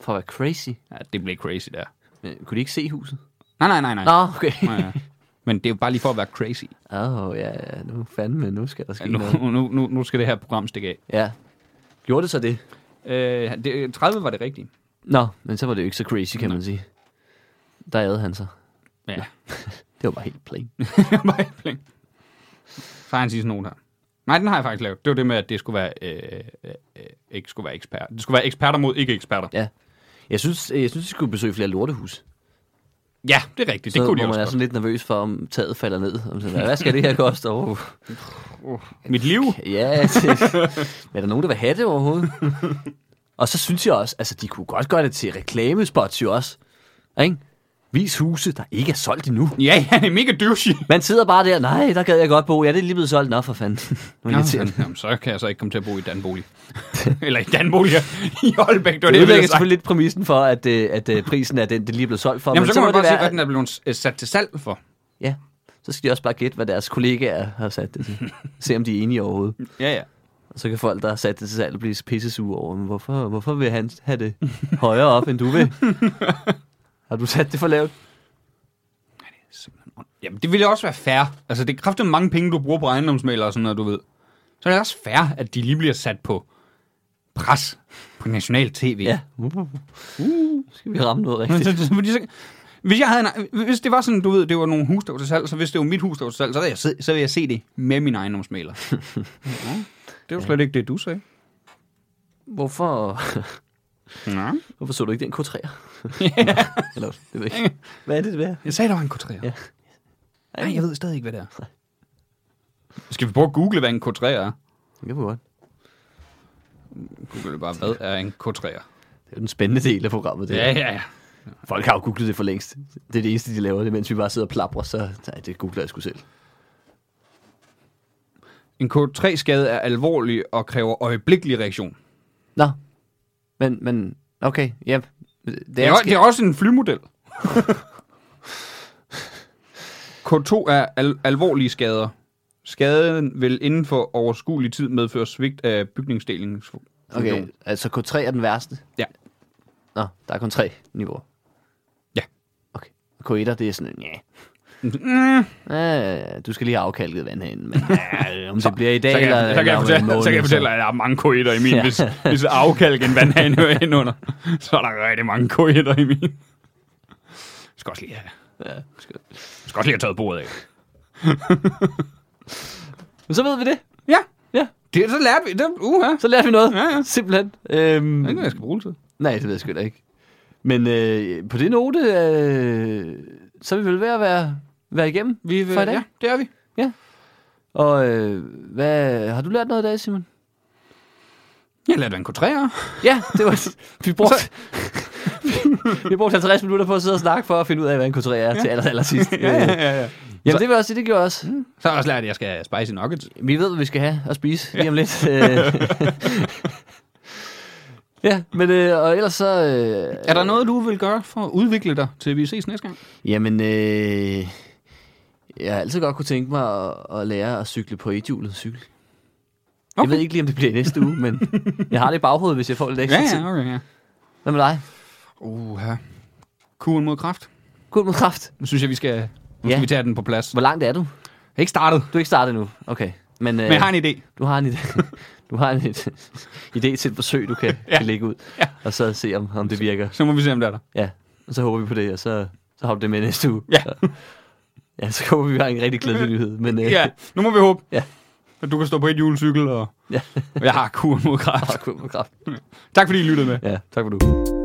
For at være crazy. Ja, det blev crazy der. Men, kunne de ikke se huset? Nej, nej, nej, nej. Nå, okay. nej ja. Men det er jo bare lige for at være crazy. Åh, oh, ja, ja, nu fandme, nu skal der ske Ja, nu, noget. nu, nu, nu skal det her program stikke af. Ja. Gjorde det så det? Øh, det, 30 var det rigtige. Nå, men så var det jo ikke så crazy, kan man sige. Der ædede han sig. Ja. Det var bare helt plain. Bare ikke blink. Så har han sidste note her. Nej, den har jeg faktisk lavet. Det var det med, at det skulle være, øh, øh, øh, ikke skulle være eksperter. Det skulle være eksperter mod ikke-eksperter. Ja. Jeg synes, øh, jeg synes, vi skulle besøge flere lortehus. Ja, det er rigtigt. Så det kunne de hvor også man er godt. sådan lidt nervøs for, om taget falder ned. Om sådan, hvad skal det her koste? Oh. Mit liv? Ja, det, men er der nogen, der vil have det overhovedet? og så synes jeg også, altså de kunne godt gøre det til reklamespots jo også. Ikke? Vis huse, der ikke er solgt endnu. Ja, ja, det er mega douchey. Man sidder bare der, nej, der gad jeg godt bo. Ja, det er lige blevet solgt. Nå, for fanden. Nu Nå, irriterende. jamen, så kan jeg så ikke komme til at bo i Danbolig. Eller i Danbolig, ja. i Holbæk, det var det, jeg Det ville ødelægger have sagt. selvfølgelig lidt præmissen for, at, øh, at øh, prisen er den, det lige blev solgt for. Jamen, så kan må man det bare se, hvad være- den er blevet øh, sat til salg for. Ja, så skal de også bare gætte, hvad deres kollegaer har sat det til. Se om de er enige overhovedet. Ja, ja. Og så kan folk, der har sat det til salg, blive pissesure over, "Men hvorfor, hvorfor vil han have det højere op, end du vil? Har du sat det for lavt? Simpelthen ond. Jamen, det ville også være fair. Altså, det er kraftigt mange penge, du bruger på ejendomsmælere og sådan noget, du ved. Så er det også fair, at de lige bliver sat på pres på national tv. Ja. Uh. Skal vi ramme noget Men rigtigt? så- så- Fordi så, hvis, jeg havde en, hvis det var sådan, du ved, det var nogle hus, der var til salg, så hvis det var mit hus, der var til salg, så ville jeg, se- så ville jeg se det med min ejendomsmæler. ja, det var slet ikke det, du sagde. Hvorfor, Nej. hvorfor så du ikke den K3'er? Eller, det ved jeg ikke. Hvad er det, det er? Jeg sagde, der var en K3'er. Ja. Nej, jeg ved stadig ikke, hvad det er. Skal vi prøve at google, hvad en K3'er er? Det kan vi godt. Google det bare, hvad er en K3'er? Det er jo den spændende del af programmet. Det Ja, her. ja, ja. Folk har jo googlet det for længst. Det er det eneste, de laver, det er, mens vi bare sidder og plapper, så nej, det googler jeg sgu selv. En K3-skade er alvorlig og kræver øjeblikkelig reaktion. Nå, men, men okay, ja. Det Det er, er, det er også en flymodel. K2 er al- alvorlige skader. Skaden vil inden for overskuelig tid medføre svigt af bygningsdelingen. Okay, altså K3 er den værste? Ja. Nå, der er kun tre niveauer. Ja. Okay. K1'er, det er sådan, ja. Mm. Øh, du skal lige have afkalket vand herinde, men øh, om det bliver i dag Så kan, eller, jeg, så, kan jeg eller om en fortælle, måned, så kan jeg fortælle, at der er mange koetter i min. Ja. Hvis, hvis der afkalker en vandhane hører ind under, så er der rigtig mange koetter i min. Jeg skal også lige have, Ja. jeg skal også lige have taget bordet af. Men så ved vi det. Ja, Ja, det, så lærte vi det. Uha. så lærte vi noget. Ja, ja. Simpelthen. Øhm, Det er ikke, hvad jeg skal bruge det til. Nej, det ved jeg sgu da ikke. Men øh, på det note, øh, så er vi vel ved at være, være igennem Vi, øh, for i dag. Ja, det er vi. Og øh, hvad, har du lært noget i dag, Simon? Jeg lærte, hvad en K3'er. Ja, det var... Vi brugte... vi brugte 50 minutter på at sidde og snakke for at finde ud af, hvad en k er ja. til aller, aller sidst. Øh, ja, ja, ja. Jamen, det vil jeg også sige, det gjorde jeg også. Så har jeg også lært, at jeg skal have spicy nuggets. Vi ved, hvad vi skal have og spise lige om lidt. Øh. ja, men øh, og ellers så... Øh, Er der noget, du vil gøre for at udvikle dig, til vi ses næste gang? Jamen, øh, jeg har altid godt kunne tænke mig at, at lære at cykle på ethjulet cykel. Okay. Jeg Okay. ved ikke lige, om det bliver i næste uge, men jeg har det i baghovedet, hvis jeg får lidt ekstra Ja, tid. ja, okay, ja. Hvad med dig? Uha. Kuglen mod kraft. Kul med kraft. Nu synes jeg, vi skal, nu skal Ja. vi tage den på plads. Hvor langt er du? Jeg er ikke startet, Du er ikke startet nu. Okay. Men, øh, men jeg har en idé. du har en idé. Du har en idé til et forsøg, du kan, ja. Ja. kan lægge ud. Ja. Og så se, om, om det virker. Så må vi se, om det er der. Ja. Og så håber vi på det, og så, så har du det med næste uge. Ja. Så, ja, så håber vi, vi har en rigtig glædelig nyhed. Men, øh, Ja, nu må vi håbe, Ja. at du kan stå på et julecykel, og ja. og jeg har kuren mod kraft. Kul med kraft. Tak fordi I lyttede med. Ja, tak for du.